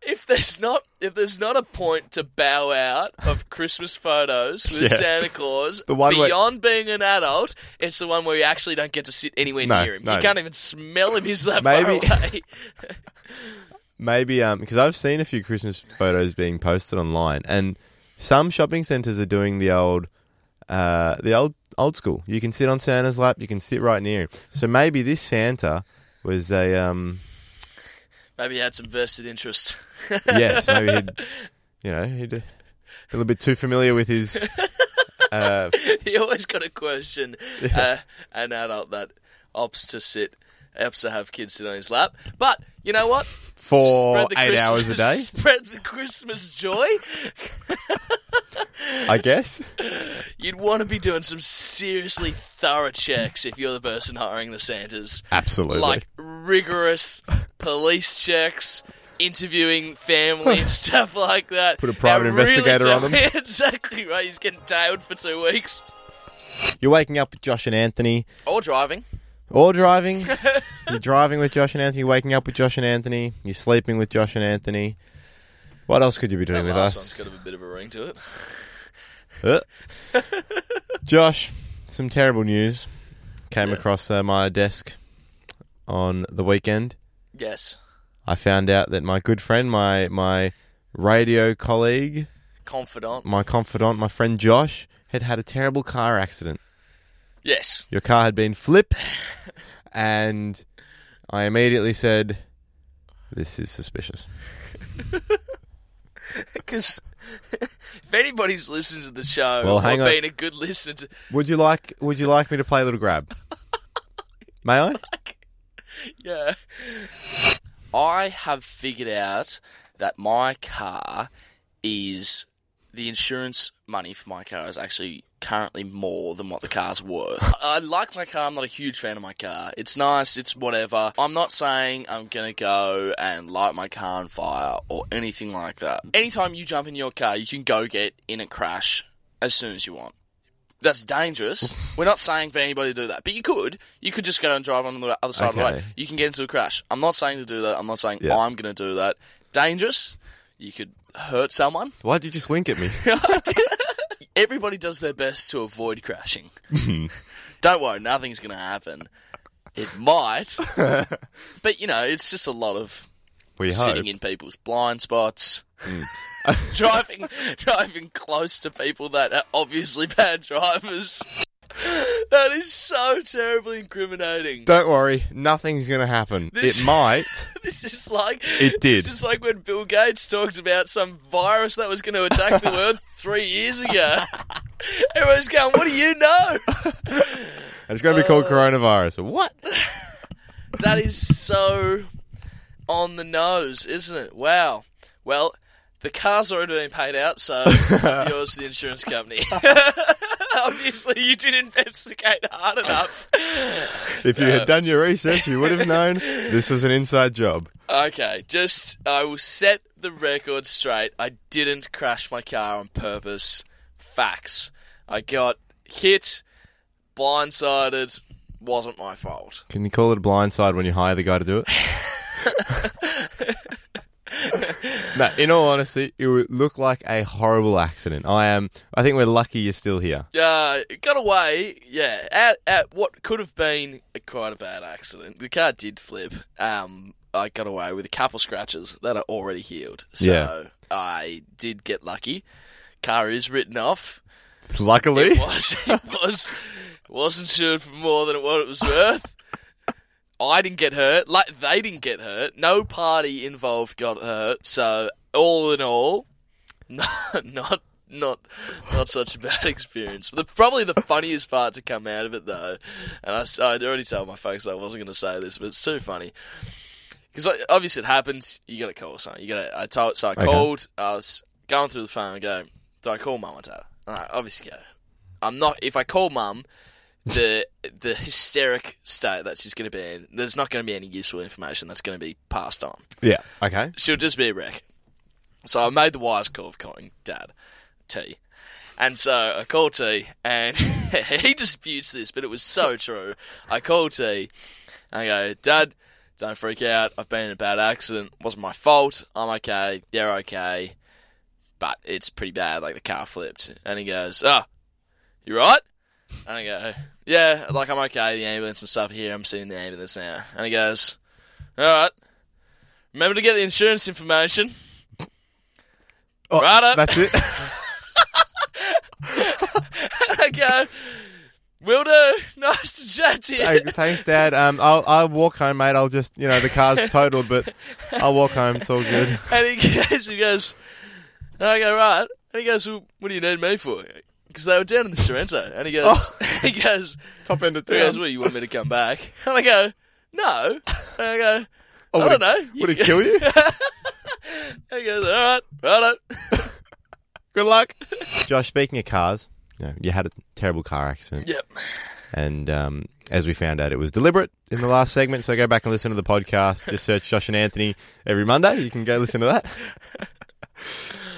[SPEAKER 2] if there's not if there's not a point to bow out of Christmas photos with
[SPEAKER 1] Yeah.
[SPEAKER 2] Santa Claus
[SPEAKER 1] The one where-
[SPEAKER 2] beyond being an adult, it's the one where you actually don't get to sit anywhere
[SPEAKER 1] No,
[SPEAKER 2] near him.
[SPEAKER 1] no.
[SPEAKER 2] You can't even smell him. He's that
[SPEAKER 1] Maybe-
[SPEAKER 2] far away.
[SPEAKER 1] Maybe um because I've seen a few Christmas photos being posted online, and some shopping centres are doing the old, uh, the old old school. You can sit on Santa's lap. You can sit right near him. So maybe this Santa was a um
[SPEAKER 2] Maybe he had some vested interest.
[SPEAKER 1] yes maybe he'd you know he'd uh, a little bit too familiar with his uh
[SPEAKER 2] you always got to question uh, an adult that opts to sit, opts to have kids sit on his lap. But you know what?
[SPEAKER 1] for eight
[SPEAKER 2] Christmas-
[SPEAKER 1] hours a day.
[SPEAKER 2] Spread the Christmas joy.
[SPEAKER 1] I guess.
[SPEAKER 2] You'd want to be doing some seriously thorough checks if you're the person hiring the Santas.
[SPEAKER 1] Absolutely.
[SPEAKER 2] Like rigorous police checks, interviewing family and stuff like that.
[SPEAKER 1] Put a private
[SPEAKER 2] And really
[SPEAKER 1] investigator on
[SPEAKER 2] tell-
[SPEAKER 1] them.
[SPEAKER 2] exactly right. He's getting tailed for two weeks.
[SPEAKER 1] You're waking up with Josh and Anthony,
[SPEAKER 2] Or driving.
[SPEAKER 1] or driving. You're driving with Josh and Anthony, waking up with Josh and Anthony, you're sleeping with Josh and Anthony. What else could you be doing
[SPEAKER 2] That
[SPEAKER 1] with
[SPEAKER 2] last
[SPEAKER 1] us?
[SPEAKER 2] one's got a bit of a ring to it.
[SPEAKER 1] Uh. Josh, some terrible news came across uh, my desk on the weekend.
[SPEAKER 2] Yes.
[SPEAKER 1] I found out that my good friend, my my radio colleague,
[SPEAKER 2] Confidant.
[SPEAKER 1] my confidant, my friend Josh, had had a terrible car accident.
[SPEAKER 2] Yes.
[SPEAKER 1] Your car had been flipped, and I immediately said, "This is suspicious."
[SPEAKER 2] Because if anybody's listened to the show
[SPEAKER 1] Well,
[SPEAKER 2] or
[SPEAKER 1] hang on.
[SPEAKER 2] been a good listener to.
[SPEAKER 1] Would you like Would you like me to play a little grab? May I?
[SPEAKER 2] Yeah. I have figured out that my car is the insurance money for my car is actually currently more than what the car's worth. I I like my car, I'm not a huge fan of my car. It's nice, it's whatever. I'm not saying I'm gonna go and light my car on fire or anything like that. Anytime you jump in your car, you can go get in a crash as soon as you want that's dangerous. We're not saying for anybody to do that, but you could. You could just go and drive on the other side of the
[SPEAKER 1] Okay.
[SPEAKER 2] road. You can get into a crash. I'm not saying to do that. I'm not saying
[SPEAKER 1] Yeah.
[SPEAKER 2] I'm going to do that. Dangerous. You could hurt someone.
[SPEAKER 1] Why'd you just wink at me?
[SPEAKER 2] Everybody does their best to avoid crashing.
[SPEAKER 1] Mm-hmm.
[SPEAKER 2] Don't worry, nothing's going to happen. It might, but you know, it's just a lot of
[SPEAKER 1] We hope. Mm.
[SPEAKER 2] sitting in people's blind spots. driving, driving close to people that are obviously bad drivers. That is so terribly incriminating.
[SPEAKER 1] Don't worry, nothing's going to happen.
[SPEAKER 2] This-
[SPEAKER 1] It might.
[SPEAKER 2] This is like
[SPEAKER 1] It did.
[SPEAKER 2] This is like when Bill Gates talked about some virus that was going to attack the world three years ago. Everyone's going, "What do you know?"
[SPEAKER 1] And it's going to be called coronavirus. What?
[SPEAKER 2] That is so on the nose, isn't it? Wow. Well, the car's already been paid out, so yours the insurance company. Obviously, you did investigate hard enough.
[SPEAKER 1] If you
[SPEAKER 2] Uh.
[SPEAKER 1] had done your research, you would have known this was an inside job.
[SPEAKER 2] Okay, just I will set the record straight. I didn't crash my car on purpose. Facts. I got hit, blindsided. Wasn't my fault.
[SPEAKER 1] Can you call it a blindside when you hire the guy to do it? no, in all honesty, it would look like a horrible accident. I am. I think we're lucky you're still here.
[SPEAKER 2] Uh, it got away, yeah, at, at what could have been a, quite a bad accident. The car did flip. Um, I got away with a couple scratches that are already healed. So
[SPEAKER 1] Yeah.
[SPEAKER 2] I did get lucky. Car is written off.
[SPEAKER 1] Luckily,
[SPEAKER 2] It was, it was, was insured for more than what it was worth. I didn't get hurt. Like, they didn't get hurt. No party involved got hurt. So, all in all, no, not not not such a bad experience. The, probably the funniest part to come out of it though, and I, s- I'd already told my folks I wasn't going to say this, but it's too funny. Because obviously it happens, you got to call something. You got to. I told so I called. I was going through the phone. I go, do I call mum or dad? And I obviously go. I'm not. If I call mum, the the hysteric state that she's going to be in, there's not going to be any useful information that's going to be passed on
[SPEAKER 1] yeah. Okay.
[SPEAKER 2] she'll just be a wreck. So I made the wise call of calling Dad T. And so I called T, and he disputes this, but it was so true. I called T, and I go, Dad, don't freak out. I've been in a bad accident. wasn't my fault. I'm okay. They're okay. But it's pretty bad. Like, the car flipped. And he goes, Oh, you right? And I go, Yeah, like, I'm okay. The ambulance and stuff are here. I'm seeing the ambulance now. And he goes, All right. Remember to get the insurance information.
[SPEAKER 1] Oh,
[SPEAKER 2] Right up.
[SPEAKER 1] That's it.
[SPEAKER 2] I go, will do. Nice to chat to you.
[SPEAKER 1] Hey, Thanks, Dad. Um, I'll I'll walk home, mate. I'll just you know the car's totaled, but I'll walk home. It's all good.
[SPEAKER 2] And he goes, he goes, and I go, right. And he goes, well, what do you need me for? Because they were down in the Sorrento. And he goes,
[SPEAKER 1] Oh.
[SPEAKER 2] he goes,
[SPEAKER 1] Top end of
[SPEAKER 2] he goes,
[SPEAKER 1] town.
[SPEAKER 2] well, you want me to come back? And I go, no. And I go,
[SPEAKER 1] Oh,
[SPEAKER 2] I
[SPEAKER 1] would
[SPEAKER 2] don't know.
[SPEAKER 1] it- Would it kill you?
[SPEAKER 2] He goes, all right, right.
[SPEAKER 1] Good luck. Josh, speaking of cars, you, know, you had a terrible car accident.
[SPEAKER 2] Yep.
[SPEAKER 1] And um, as we found out, it was deliberate in the last segment. So go back and listen to the podcast. Just search Josh and Anthony every Monday. You can go listen to that.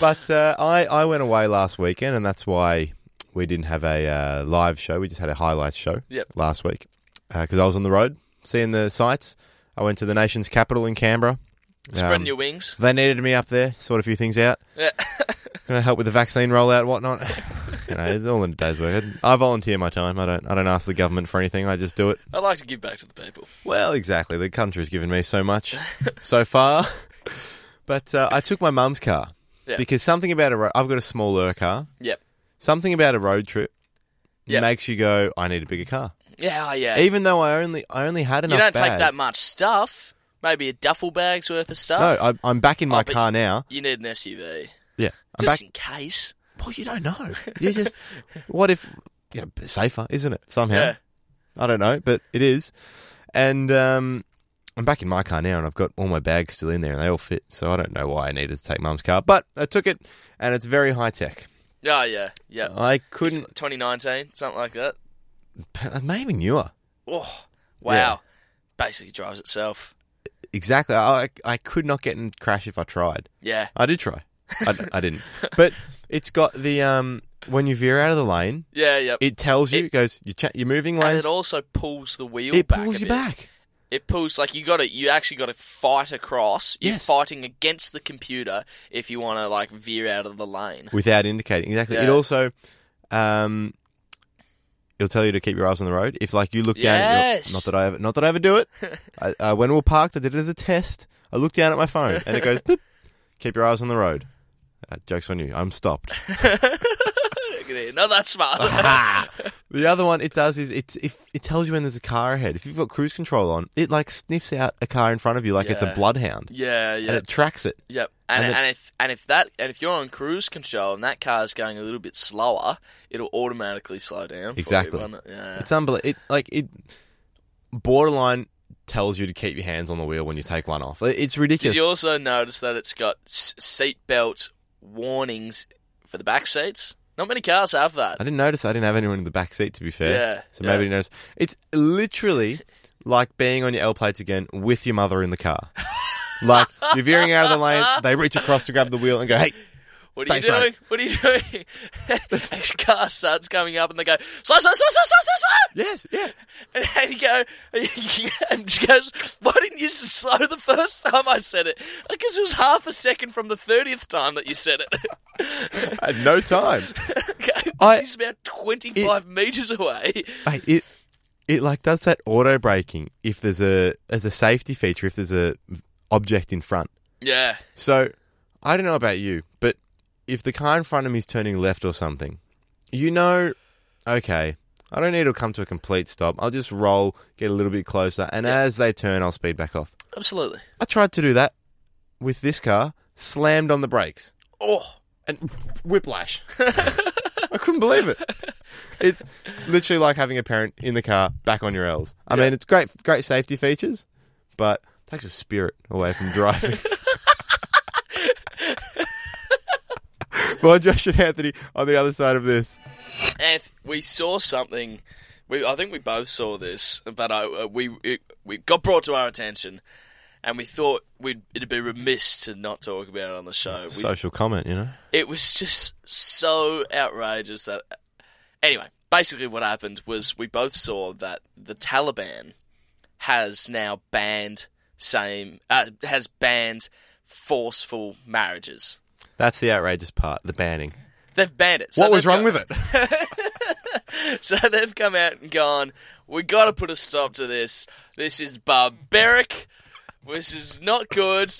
[SPEAKER 1] but uh, I, I went away last weekend, and that's why we didn't have a uh, live show. We just had a highlights show
[SPEAKER 2] Yep.
[SPEAKER 1] last week because I was on the road seeing the sights. I went to the nation's capital in Canberra.
[SPEAKER 2] Spreading
[SPEAKER 1] Um,
[SPEAKER 2] your wings.
[SPEAKER 1] They needed me up there, sort a few things out.
[SPEAKER 2] Yeah.
[SPEAKER 1] Gonna help with the vaccine rollout, and whatnot. you know, it's all in a day's work. I volunteer my time. I don't. I don't ask the government for anything. I just do it.
[SPEAKER 2] I like to give back to the people.
[SPEAKER 1] Well, exactly. The country's given me so much so far, but uh, I took my mum's car
[SPEAKER 2] Yeah.
[SPEAKER 1] because something about a. Ro- I've got a smaller car.
[SPEAKER 2] Yep.
[SPEAKER 1] Something about a road trip
[SPEAKER 2] Yeah.
[SPEAKER 1] makes you go. I need a bigger car,
[SPEAKER 2] Yeah, oh, yeah.
[SPEAKER 1] even though I only. I only had
[SPEAKER 2] you
[SPEAKER 1] enough.
[SPEAKER 2] don't take
[SPEAKER 1] bags.
[SPEAKER 2] that much stuff. Maybe a duffel bag's worth of
[SPEAKER 1] No,
[SPEAKER 2] stuff.
[SPEAKER 1] I, I'm back in my
[SPEAKER 2] Oh, but-
[SPEAKER 1] car now.
[SPEAKER 2] you need an SUV.
[SPEAKER 1] Yeah, I'm
[SPEAKER 2] Just
[SPEAKER 1] back.
[SPEAKER 2] in case.
[SPEAKER 1] Well, you don't know. You just what if you know, safer, isn't it? Somehow,
[SPEAKER 2] Yeah.
[SPEAKER 1] I don't know, but it is. And um, I'm back in my car now, and I've got all my bags still in there, and they all fit. So I don't know why I needed to take Mum's car, but I took it, and it's very high tech.
[SPEAKER 2] Oh, yeah, yeah.
[SPEAKER 1] I couldn't,
[SPEAKER 2] 2019, something like that.
[SPEAKER 1] maybe newer.
[SPEAKER 2] Oh, wow.
[SPEAKER 1] Yeah.
[SPEAKER 2] Basically drives itself.
[SPEAKER 1] Exactly. I I could not get in crash if I tried.
[SPEAKER 2] Yeah,
[SPEAKER 1] I did try. I, I didn't. But it's got the um when you veer out of the lane,
[SPEAKER 2] yeah, yeah.
[SPEAKER 1] it tells you it, goes you cha- you're moving
[SPEAKER 2] and
[SPEAKER 1] lanes.
[SPEAKER 2] it also pulls the wheel
[SPEAKER 1] it
[SPEAKER 2] back.
[SPEAKER 1] pulls
[SPEAKER 2] a
[SPEAKER 1] you
[SPEAKER 2] bit.
[SPEAKER 1] back.
[SPEAKER 2] It pulls like you got to you actually got to fight across. You're
[SPEAKER 1] Yes.
[SPEAKER 2] fighting against the computer if you want to like veer out of the lane.
[SPEAKER 1] without indicating exactly. It
[SPEAKER 2] Yeah.
[SPEAKER 1] also, um, it'll tell you to keep your eyes on the road. If like you look down, you'll-
[SPEAKER 2] Yes.
[SPEAKER 1] not that I ever, not that I ever do it. I, uh, when we were parked, I did it as a test. I looked down at my phone and it goes, Boop, keep your eyes on the road. Uh, jokes on you. I'm stopped.
[SPEAKER 2] Look at it. No, that's smart.
[SPEAKER 1] the other one it does is it if it tells you when there's a car ahead. If you've got cruise control on, it like sniffs out a car in front of you like it's a
[SPEAKER 2] Yeah.
[SPEAKER 1] bloodhound
[SPEAKER 2] yeah, yeah.
[SPEAKER 1] and it tracks it.
[SPEAKER 2] Yep. And,
[SPEAKER 1] And
[SPEAKER 2] and,
[SPEAKER 1] it-
[SPEAKER 2] if and if that and if you're on cruise control and that car's going a little bit slower, it'll automatically slow down. for you,
[SPEAKER 1] Exactly.
[SPEAKER 2] won't it? yeah.
[SPEAKER 1] It's unbelievable. It like it borderline tells you to keep your hands on the wheel when you take one off. It- It's
[SPEAKER 2] Did
[SPEAKER 1] ridiculous.
[SPEAKER 2] you also notice that it's got s- seatbelt warnings for the back seats? Not many cars have that.
[SPEAKER 1] I didn't notice. I didn't have anyone in the back seat, to be fair.
[SPEAKER 2] Yeah,
[SPEAKER 1] So maybe
[SPEAKER 2] yeah.
[SPEAKER 1] you noticed. It's literally like being on your L plates again with your mother in the car. like you're veering out of the lane, they reach across to grab the wheel and go, "Hey,
[SPEAKER 2] What are you
[SPEAKER 1] Stay
[SPEAKER 2] doing? What are you doing? His car starts coming up and they go, slow, slow, slow, slow, slow, slow,
[SPEAKER 1] yes, yeah."
[SPEAKER 2] slow. And you go, and she goes, why didn't you slow the first time I said it? Because it was half a second from the 30th time that you said it.
[SPEAKER 1] At no time.
[SPEAKER 2] okay,
[SPEAKER 1] I-
[SPEAKER 2] he's about 25 metres away.
[SPEAKER 1] Hey, it it like does that auto braking if there's a as a safety feature if there's a object in front.
[SPEAKER 2] Yeah,
[SPEAKER 1] So, I don't know about you, but if the car in front of me is turning left or something, you know, okay, I don't need to come to a complete stop. I'll just roll, get a little bit closer, and as they turn, I'll speed back off.
[SPEAKER 2] absolutely.
[SPEAKER 1] I tried to do that with this car, slammed on the brakes,
[SPEAKER 2] Oh,
[SPEAKER 1] and whiplash. I couldn't believe it. It's literally like having a parent in the car back on your L's. I mean, it's great, great safety features, but takes a spirit away from driving. well, Josh and Anthony on the other side of this.
[SPEAKER 2] Anth, we saw something. We, I think we both saw this, but I, uh, we it, we got brought to our attention, and we thought we'd it'd be remiss to not talk about it on the show. We,
[SPEAKER 1] Social comment, you know.
[SPEAKER 2] it was just so outrageous that. Anyway, basically, what happened was we both saw that the Taliban has now banned same uh, has banned forceful marriages.
[SPEAKER 1] That's the outrageous part, the banning.
[SPEAKER 2] They've banned it. So
[SPEAKER 1] what was
[SPEAKER 2] they've
[SPEAKER 1] wrong
[SPEAKER 2] got-
[SPEAKER 1] with it?
[SPEAKER 2] So they've come out and gone, we got to put a stop to this. This is barbaric. This is not good.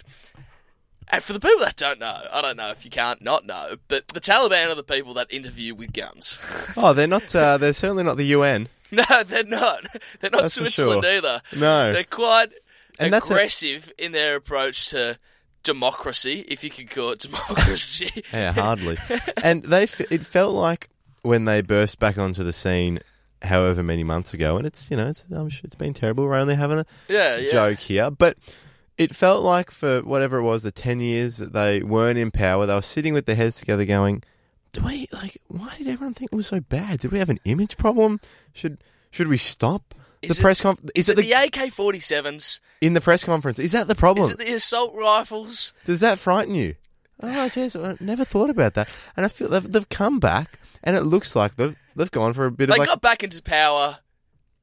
[SPEAKER 2] And for the people that don't know, I don't know if you can't not know, but the Taliban are the people that interview with guns.
[SPEAKER 1] Oh, they're not. Uh, they're certainly not the UN.
[SPEAKER 2] no, they're not. They're not
[SPEAKER 1] That's for
[SPEAKER 2] Switzerland
[SPEAKER 1] sure.
[SPEAKER 2] either.
[SPEAKER 1] No.
[SPEAKER 2] They're quite
[SPEAKER 1] And that's a-
[SPEAKER 2] aggressive in their approach to democracy, if you could call it democracy.
[SPEAKER 1] Yeah, hardly. and they, f- it felt like when they burst back onto the scene, however many months ago, and it's you know it's I'm sure it's been terrible. We're only having a
[SPEAKER 2] yeah, yeah.
[SPEAKER 1] joke here, but it felt like for whatever it was, the ten years that they weren't in power, they were sitting with their heads together, going, do we like? Why did everyone think it was so bad? Did we have an image problem? Should should we stop the
[SPEAKER 2] Is it-
[SPEAKER 1] press conference?
[SPEAKER 2] Is, it the AK 47s?
[SPEAKER 1] in the press conference? Is that the problem?
[SPEAKER 2] Is it the assault rifles?
[SPEAKER 1] Does that frighten you? Oh, geez, I never thought about that. And I feel they've, they've come back, and it looks like they've they've gone for a bit
[SPEAKER 2] They
[SPEAKER 1] of like
[SPEAKER 2] got back into power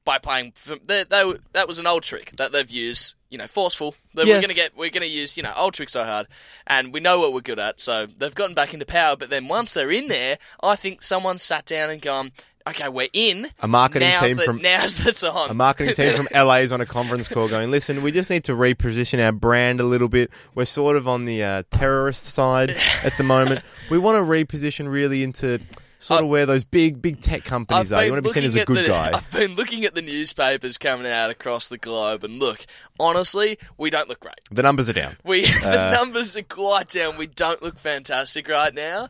[SPEAKER 2] by playing. f- They, they, were- that was an old trick that they've used. You know, forceful. That we're
[SPEAKER 1] Yes.
[SPEAKER 2] gonna get. We're gonna use. You know, old tricks so hard, and we know what we're good at. So they've gotten back into power. But then once they're in there, I think someone sat down and gone, "Okay, we're in."
[SPEAKER 1] A marketing
[SPEAKER 2] now's
[SPEAKER 1] team
[SPEAKER 2] the,
[SPEAKER 1] from-
[SPEAKER 2] now's the time.
[SPEAKER 1] a marketing team from LA is on a conference call going, listen, we just need to reposition our brand a little bit. We're sort of on the uh, terrorist side at the moment. We want to reposition really into sort of where those big, big tech companies are. You want to be seen
[SPEAKER 2] looking
[SPEAKER 1] as a
[SPEAKER 2] at
[SPEAKER 1] good
[SPEAKER 2] the,
[SPEAKER 1] guy.
[SPEAKER 2] I've been looking at the newspapers coming out across the globe, and look, honestly, we don't look great.
[SPEAKER 1] The numbers are down.
[SPEAKER 2] We
[SPEAKER 1] Uh,
[SPEAKER 2] the numbers are quite down. We don't look fantastic right now,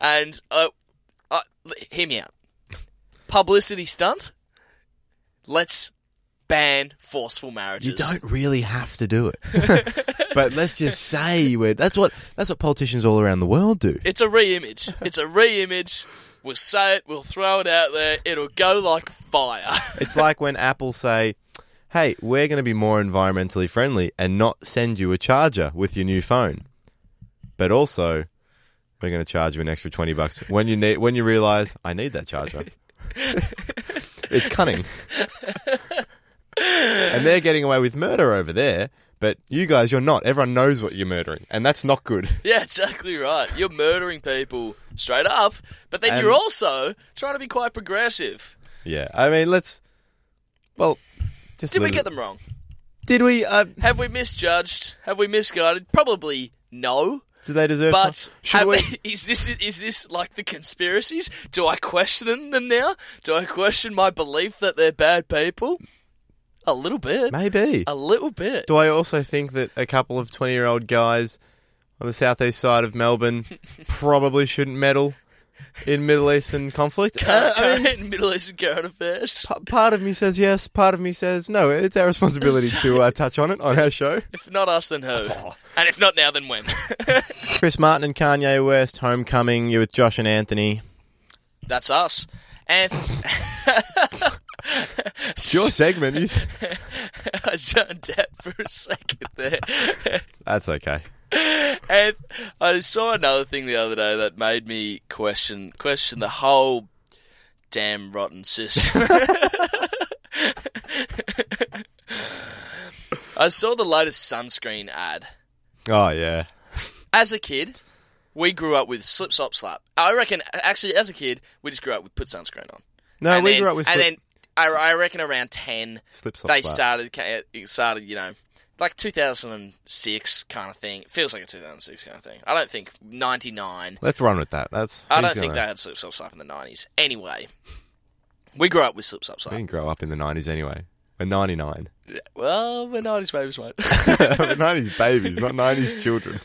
[SPEAKER 2] and uh, uh, l- hear me out. Publicity stunt. Let's ban forceful marriages.
[SPEAKER 1] You don't really have to do it. but let's just say we're, that's what that's what politicians all around the world do.
[SPEAKER 2] It's a reimage. It's a reimage. We'll say it. We'll throw it out there. It'll go like fire.
[SPEAKER 1] It's like when Apple say, "Hey, we're going to be more environmentally friendly and not send you a charger with your new phone, but also we're going to charge you an extra twenty bucks when you need when you realize I need that charger." it's cunning, and they're getting away with murder over there. But you guys, you're not. Everyone knows what you're murdering, and that's not good.
[SPEAKER 2] Yeah, exactly right. You're murdering people straight up, but then
[SPEAKER 1] And-
[SPEAKER 2] you're also trying to be quite progressive.
[SPEAKER 1] Yeah, I mean, let's. Well, just a
[SPEAKER 2] Did we
[SPEAKER 1] little-
[SPEAKER 2] get them wrong?
[SPEAKER 1] Did we? Uh,
[SPEAKER 2] Have we misjudged? Have we misguided? Probably no.
[SPEAKER 1] do they deserve?
[SPEAKER 2] But
[SPEAKER 1] Should
[SPEAKER 2] have-
[SPEAKER 1] we-
[SPEAKER 2] is this is this like the conspiracies? Do I question them now? Do I question my belief that they're bad people? A little bit.
[SPEAKER 1] maybe
[SPEAKER 2] A little bit.
[SPEAKER 1] Do I also think that a couple of 20 year old guys on the southeast side of Melbourne probably shouldn't meddle in Middle Eastern conflict? Uh, I mean,
[SPEAKER 2] Current Middle Eastern current affairs.
[SPEAKER 1] p- part of me says yes, part of me says no. It's our responsibility to uh, touch on it on our show.
[SPEAKER 2] If not us, then who?
[SPEAKER 1] Oh.
[SPEAKER 2] And if not now, then when?
[SPEAKER 1] Chris Martin and Kanye West, Homecoming, you with Josh and Anthony.
[SPEAKER 2] That's us. And
[SPEAKER 1] It's your segment. You... s-
[SPEAKER 2] I zoned out for a second there.
[SPEAKER 1] That's okay.
[SPEAKER 2] and I saw another thing the other day that made me question question the whole damn rotten system. I saw the latest sunscreen ad.
[SPEAKER 1] Oh, yeah.
[SPEAKER 2] As a kid, we grew up with slip, slop, slap. I reckon, actually, as a kid, we just grew up with put sunscreen on.
[SPEAKER 1] No,
[SPEAKER 2] and
[SPEAKER 1] we
[SPEAKER 2] then,
[SPEAKER 1] grew up with
[SPEAKER 2] and
[SPEAKER 1] slip,
[SPEAKER 2] then I, I reckon around ten,
[SPEAKER 1] slip slop,
[SPEAKER 2] they
[SPEAKER 1] slap.
[SPEAKER 2] started ca- it started you know like 2006 kind of thing. It feels like a 2006 kind of thing. I don't think 99.
[SPEAKER 1] Let's run with that. That's.
[SPEAKER 2] I
[SPEAKER 1] who's
[SPEAKER 2] don't think
[SPEAKER 1] gonna-
[SPEAKER 2] they had slip slop slap in the 90s. Anyway, we grew up with slip slop
[SPEAKER 1] We
[SPEAKER 2] slap.
[SPEAKER 1] didn't grow up in the 90s anyway. We're 99.
[SPEAKER 2] Well, we're 90s babies, mate.
[SPEAKER 1] We're 90s babies, not 90s children.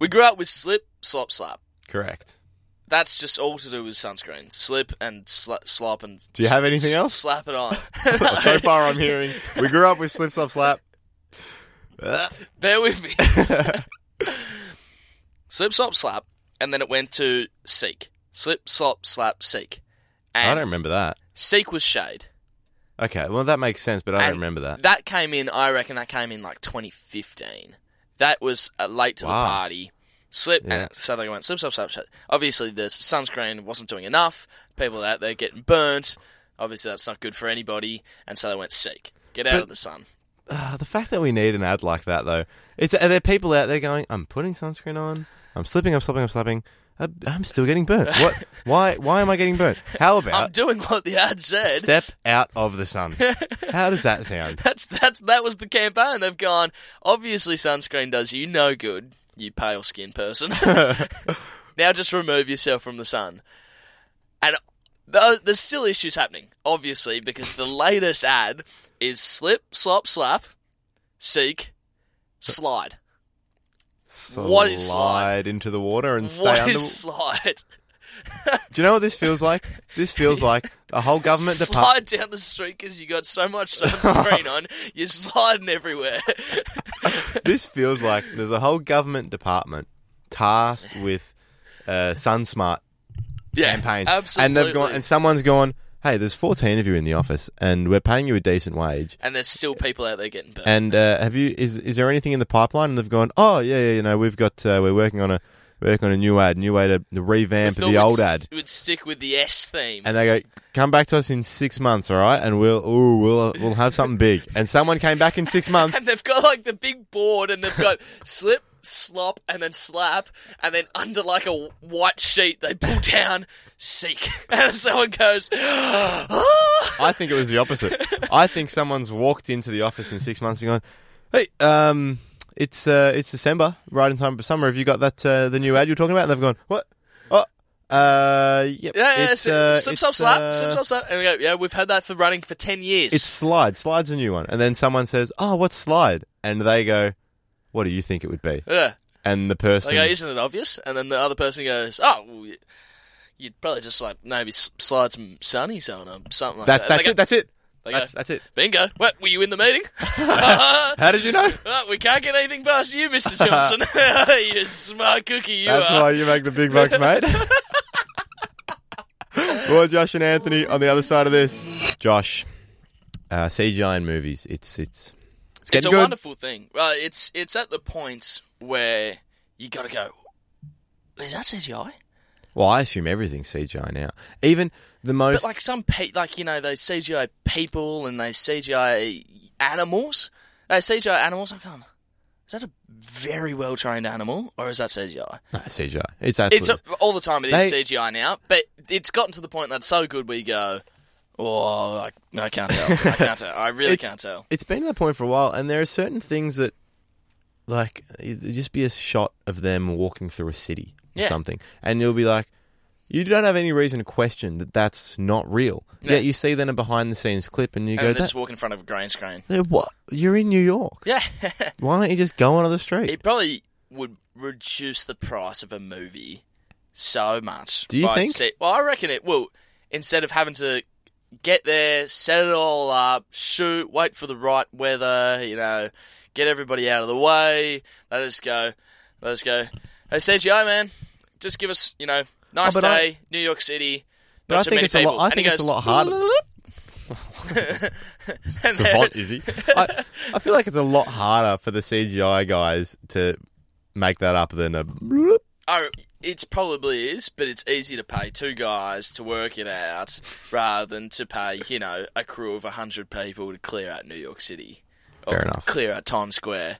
[SPEAKER 2] we grew up with slip slop slap.
[SPEAKER 1] Correct.
[SPEAKER 2] That's just all to do with sunscreen. Slip and sla- slop and.
[SPEAKER 1] Do you have
[SPEAKER 2] s-
[SPEAKER 1] anything
[SPEAKER 2] s-
[SPEAKER 1] else?
[SPEAKER 2] Slap it on.
[SPEAKER 1] so far, I'm hearing we grew up with slip, slop, slap.
[SPEAKER 2] Uh, Bear with me. slip, slop, slap, and then it went to seek. Slip, slop, slap, seek. And
[SPEAKER 1] I don't remember that.
[SPEAKER 2] Seek was shade.
[SPEAKER 1] Okay, well that makes sense, but I don't
[SPEAKER 2] And
[SPEAKER 1] remember that.
[SPEAKER 2] That came in. I reckon that came in like 2015. That was uh, late to
[SPEAKER 1] Wow.
[SPEAKER 2] the party. Slip
[SPEAKER 1] Yeah.
[SPEAKER 2] and so they went slip, slop, slap, shade. Obviously, the sunscreen wasn't doing enough. People out there getting burnt. Obviously, that's not good for anybody. And so they went seek. Get out
[SPEAKER 1] But-
[SPEAKER 2] of the sun.
[SPEAKER 1] Ah, the fact that we need an ad like that, though, it's are there people out there going, "I'm putting sunscreen on, I'm slipping, I'm slipping, I'm slapping, I'm I'm still getting burnt. What? Why? Why am I getting burnt? How
[SPEAKER 2] I'm
[SPEAKER 1] about
[SPEAKER 2] doing what the ad said.
[SPEAKER 1] step out of the sun? How does that sound?
[SPEAKER 2] That's that's that was the campaign. They've gone. Obviously, sunscreen does you no good, you pale skin person. now just remove yourself from the sun. And th- there's still issues happening, obviously, because the latest ad is slip, slop, slap, seek, slide.
[SPEAKER 1] Slide
[SPEAKER 2] What is
[SPEAKER 1] into the water and stay
[SPEAKER 2] What is
[SPEAKER 1] under.
[SPEAKER 2] slide?
[SPEAKER 1] Do you know what this feels like? This feels like a whole government department.
[SPEAKER 2] Slide down the street because you got so much sunscreen on, you're sliding everywhere.
[SPEAKER 1] this feels like there's a whole government department tasked with uh, SunSmart
[SPEAKER 2] Yeah,
[SPEAKER 1] campaigns. And
[SPEAKER 2] absolutely.
[SPEAKER 1] they've gone and someone's gone, Hey, there's fourteen of you in the office and we're paying you a decent wage.
[SPEAKER 2] And there's still people out there getting burnt.
[SPEAKER 1] And uh, have you is is there anything in the pipeline? And they've gone, oh yeah, yeah, you know, we've got uh, we're working on a we're working on a new ad, new way to, to revamp
[SPEAKER 2] Thought
[SPEAKER 1] the old
[SPEAKER 2] we'd,
[SPEAKER 1] ad.
[SPEAKER 2] It would stick with the S theme.
[SPEAKER 1] And they go, come back to us in six months, all right? And we'll ooh, we'll we'll have something big. And someone came back in six months.
[SPEAKER 2] and they've got like the big board and they've got slip slop and then slap and then under like a white sheet they pull down seek and someone goes "Ah."
[SPEAKER 1] I think it was the opposite. I think someone's walked into the office in six months and gone, hey, um, it's uh, it's December, right in time for summer. Have you got that uh, the new ad you're talking about? And they've gone, what? Oh, uh, yep.
[SPEAKER 2] yeah, yeah,
[SPEAKER 1] it's,
[SPEAKER 2] slip,
[SPEAKER 1] uh,
[SPEAKER 2] slip, slop,
[SPEAKER 1] it's,
[SPEAKER 2] slap,
[SPEAKER 1] uh,
[SPEAKER 2] slip, slop, slap, and we go, yeah, we've had that for running for ten years.
[SPEAKER 1] It's slide. Slide's a new one. And then someone says, "Oh, what's slide?" And they go, "What do you think it would be?"
[SPEAKER 2] yeah.
[SPEAKER 1] And the
[SPEAKER 2] They
[SPEAKER 1] person,
[SPEAKER 2] go, isn't it obvious? And then the other person goes, oh, well, y- you'd probably just like maybe s- slide some sunnies on or something like
[SPEAKER 1] that's
[SPEAKER 2] that.
[SPEAKER 1] that's
[SPEAKER 2] They
[SPEAKER 1] it. That's it.
[SPEAKER 2] go-
[SPEAKER 1] That's
[SPEAKER 2] they go,
[SPEAKER 1] that's it.
[SPEAKER 2] bingo. What were you in the meeting?
[SPEAKER 1] How did you know?
[SPEAKER 2] Well, we can't get anything past you, Mr. Johnson. you smart cookie, you
[SPEAKER 1] That's
[SPEAKER 2] are.
[SPEAKER 1] why you make the big bucks, mate. More Josh and Anthony on the other side of this. Josh, uh, CGI in movies. It's it's it's
[SPEAKER 2] it's
[SPEAKER 1] getting
[SPEAKER 2] a
[SPEAKER 1] good.
[SPEAKER 2] wonderful thing. Uh, it's it's at the point where you got to go. Is that CGI?
[SPEAKER 1] well, I assume everything's CGI now. Even the most
[SPEAKER 2] But like some pe- like you know those CGI people and those CGI animals, uh, those CGI animals. I'm going. Is that a very well trained animal or is that CGI?
[SPEAKER 1] no, CGI. It's absolutely
[SPEAKER 2] It's a, all the time. It is
[SPEAKER 1] They-
[SPEAKER 2] CGI now, but it's gotten to the point that's so good we go. Oh, I, I can't tell. I can't tell. I really
[SPEAKER 1] It's-
[SPEAKER 2] can't tell.
[SPEAKER 1] it's been to that point for a while, and there are certain things that, like, it'd just be a shot of them walking through a city or
[SPEAKER 2] Yeah.
[SPEAKER 1] something, and you'll be like, you don't have any reason to question that that's not real.
[SPEAKER 2] Yeah.
[SPEAKER 1] Yet you see then a behind the scenes clip, and you
[SPEAKER 2] And
[SPEAKER 1] go,
[SPEAKER 2] they
[SPEAKER 1] that,
[SPEAKER 2] just walk in front of a green screen.
[SPEAKER 1] that- what? You're in New York.
[SPEAKER 2] Yeah.
[SPEAKER 1] Why don't you just go onto the street?
[SPEAKER 2] it probably would reduce the price of a movie so much.
[SPEAKER 1] Do you
[SPEAKER 2] by
[SPEAKER 1] think?
[SPEAKER 2] se- well, I reckon it will. Instead of having to get there, set it all up, shoot, wait for the right weather, you know, get everybody out of the way. They just go, they just go, hey, CGI, man, just give us, you know, nice
[SPEAKER 1] Oh, but I-
[SPEAKER 2] day, New York City.
[SPEAKER 1] But
[SPEAKER 2] Not
[SPEAKER 1] I
[SPEAKER 2] too
[SPEAKER 1] think
[SPEAKER 2] many
[SPEAKER 1] it's a lot-
[SPEAKER 2] people.
[SPEAKER 1] I
[SPEAKER 2] and he
[SPEAKER 1] think it's a
[SPEAKER 2] goes,
[SPEAKER 1] lot harder.
[SPEAKER 2] and then-
[SPEAKER 1] Savant, is he? I, I feel like it's a lot harder for the CGI guys to make that up than a. bloop.
[SPEAKER 2] Oh, it's probably is, but it's easy to pay two guys to work it out rather than to pay, you know, a crew of 100 people to clear out New York City. Or
[SPEAKER 1] Fair enough.
[SPEAKER 2] Clear out Times Square.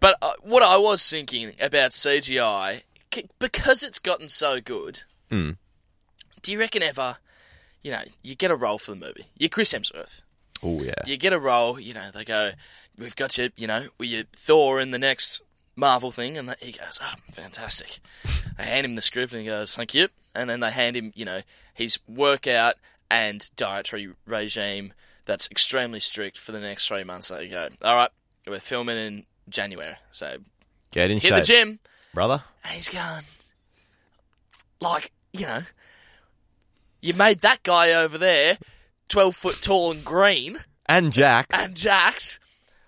[SPEAKER 2] But uh, what I was thinking about CGI, c- because it's gotten so good,
[SPEAKER 1] Hmm.
[SPEAKER 2] do you reckon ever, you know, you get a role for the movie? You're Chris Hemsworth
[SPEAKER 1] Oh yeah.
[SPEAKER 2] you get a role, you know, they go, we've got you, you know, we you Thor in the next Marvel thing, and he goes, oh, fantastic. they hand him the script, and he goes, thank you. And then they hand him, you know, his workout and dietary regime that's extremely strict for the next three months. They go, all right, we're filming in January, so
[SPEAKER 1] Get in
[SPEAKER 2] hit the
[SPEAKER 1] shape,
[SPEAKER 2] gym.
[SPEAKER 1] brother.
[SPEAKER 2] And he's going, like, you know, you made that guy over there 12 foot tall and green
[SPEAKER 1] And Jack.
[SPEAKER 2] and jacked.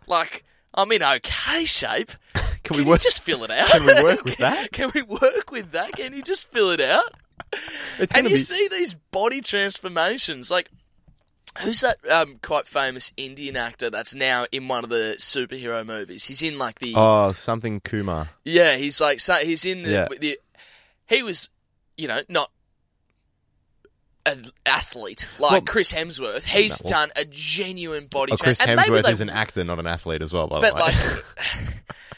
[SPEAKER 2] Like, I'm in okay shape.
[SPEAKER 1] Can
[SPEAKER 2] Can
[SPEAKER 1] we
[SPEAKER 2] you
[SPEAKER 1] work?
[SPEAKER 2] just fill it out?
[SPEAKER 1] Can we work with that?
[SPEAKER 2] Can we work with that? Can you just fill it out?
[SPEAKER 1] It's
[SPEAKER 2] And
[SPEAKER 1] gonna
[SPEAKER 2] you
[SPEAKER 1] be.
[SPEAKER 2] see these body transformations. Like, who's that um, quite famous Indian actor that's now in one of the superhero movies? He's in like the
[SPEAKER 1] Oh, something Kumar.
[SPEAKER 2] yeah. He's like so he's in the,
[SPEAKER 1] Yeah.
[SPEAKER 2] the he was you know not. An athlete like
[SPEAKER 1] Well-
[SPEAKER 2] Chris Hemsworth, he's
[SPEAKER 1] No.
[SPEAKER 2] done a genuine body.
[SPEAKER 1] Oh,
[SPEAKER 2] trans-
[SPEAKER 1] Chris
[SPEAKER 2] and maybe
[SPEAKER 1] Hemsworth
[SPEAKER 2] they
[SPEAKER 1] is an actor, not an athlete, as well. By
[SPEAKER 2] but
[SPEAKER 1] the way,
[SPEAKER 2] like,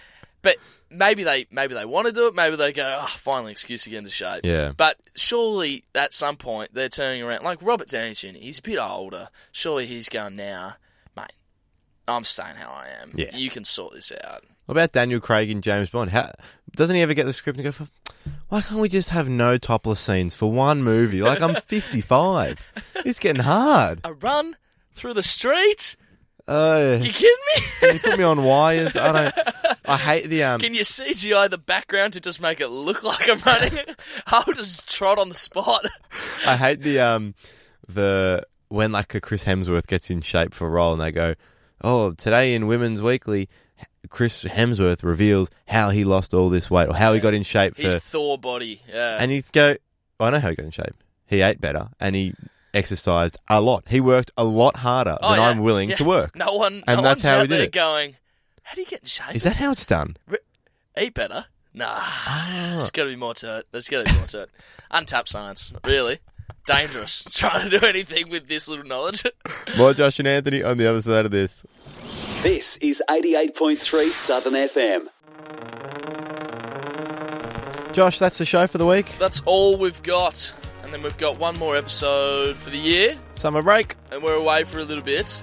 [SPEAKER 2] but maybe they maybe they want to do it. Maybe they go, oh, finally, excuse to get into shape.
[SPEAKER 1] Yeah.
[SPEAKER 2] But surely at some point they're turning around. Like Robert Downey Jr. He's a bit older. Surely he's going now, mate. I'm staying how I am.
[SPEAKER 1] Yeah.
[SPEAKER 2] You can sort this out.
[SPEAKER 1] what about Daniel Craig and James Bond? How doesn't he ever get the script and go, "Why can't we just have no topless scenes for one movie?" Like I'm 55. it's getting hard.
[SPEAKER 2] A run through the street?
[SPEAKER 1] Oh,
[SPEAKER 2] You kidding me?
[SPEAKER 1] you put me on wires. I don't. I hate the um.
[SPEAKER 2] Can you CGI the background to just make it look like I'm running? I'll just trot on the spot.
[SPEAKER 1] I hate the um the when like a Chris Hemsworth gets in shape for a role and they go, "Oh, today in Women's Weekly, Chris Hemsworth reveals how he lost all this weight or how he got in shape for."
[SPEAKER 2] His Thor body. Yeah.
[SPEAKER 1] and you go, "Oh, I know how he got in shape. He ate better and he exercised a lot. He worked a lot harder
[SPEAKER 2] Oh,
[SPEAKER 1] than
[SPEAKER 2] yeah,
[SPEAKER 1] I'm willing
[SPEAKER 2] yeah.
[SPEAKER 1] to work.
[SPEAKER 2] No one,
[SPEAKER 1] And
[SPEAKER 2] no
[SPEAKER 1] that's
[SPEAKER 2] one's
[SPEAKER 1] how
[SPEAKER 2] out
[SPEAKER 1] he did
[SPEAKER 2] there
[SPEAKER 1] it.
[SPEAKER 2] going. How do you get in shape?
[SPEAKER 1] Is that how it's done?
[SPEAKER 2] Eat better? Nah.
[SPEAKER 1] Ah.
[SPEAKER 2] There's got to be more to it. There's got to be more to it. Untapped science, really. Dangerous. Trying to do anything with this little knowledge.
[SPEAKER 1] More Josh and Anthony on the other side of this.
[SPEAKER 4] This is 88.3 Southern FM.
[SPEAKER 1] Josh, that's the show for the week.
[SPEAKER 2] That's all we've got. And then we've got one more episode for the year,
[SPEAKER 1] Summer break.
[SPEAKER 2] and we're away for a little bit.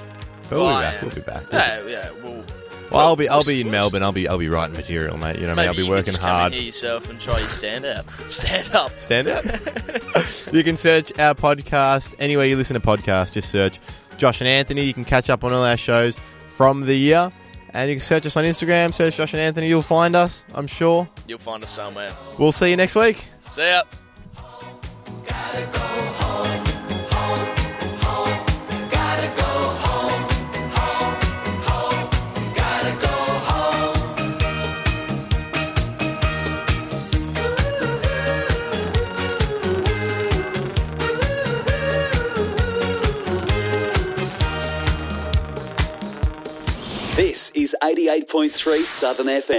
[SPEAKER 1] We'll be
[SPEAKER 2] Bye.
[SPEAKER 1] back. We'll be back.
[SPEAKER 2] Yeah, yeah. Well,
[SPEAKER 1] Well, I'll be I'll be in
[SPEAKER 2] Whoops.
[SPEAKER 1] Melbourne. I'll be I'll be writing material, mate. You know, what I mean? I'll be
[SPEAKER 2] maybe you can
[SPEAKER 1] working
[SPEAKER 2] just
[SPEAKER 1] hard.
[SPEAKER 2] come and hear yourself and try your stand up. Stand up.
[SPEAKER 1] Stand out. you can search our podcast anywhere you listen to podcasts. Just search Josh and Anthony. You can catch up on all our shows from the year, and you can search us on Instagram. Search Josh and Anthony. You'll find us. I'm sure.
[SPEAKER 2] You'll find us somewhere.
[SPEAKER 1] We'll see you next week.
[SPEAKER 2] See ya.
[SPEAKER 4] This is 88.3 Southern FM.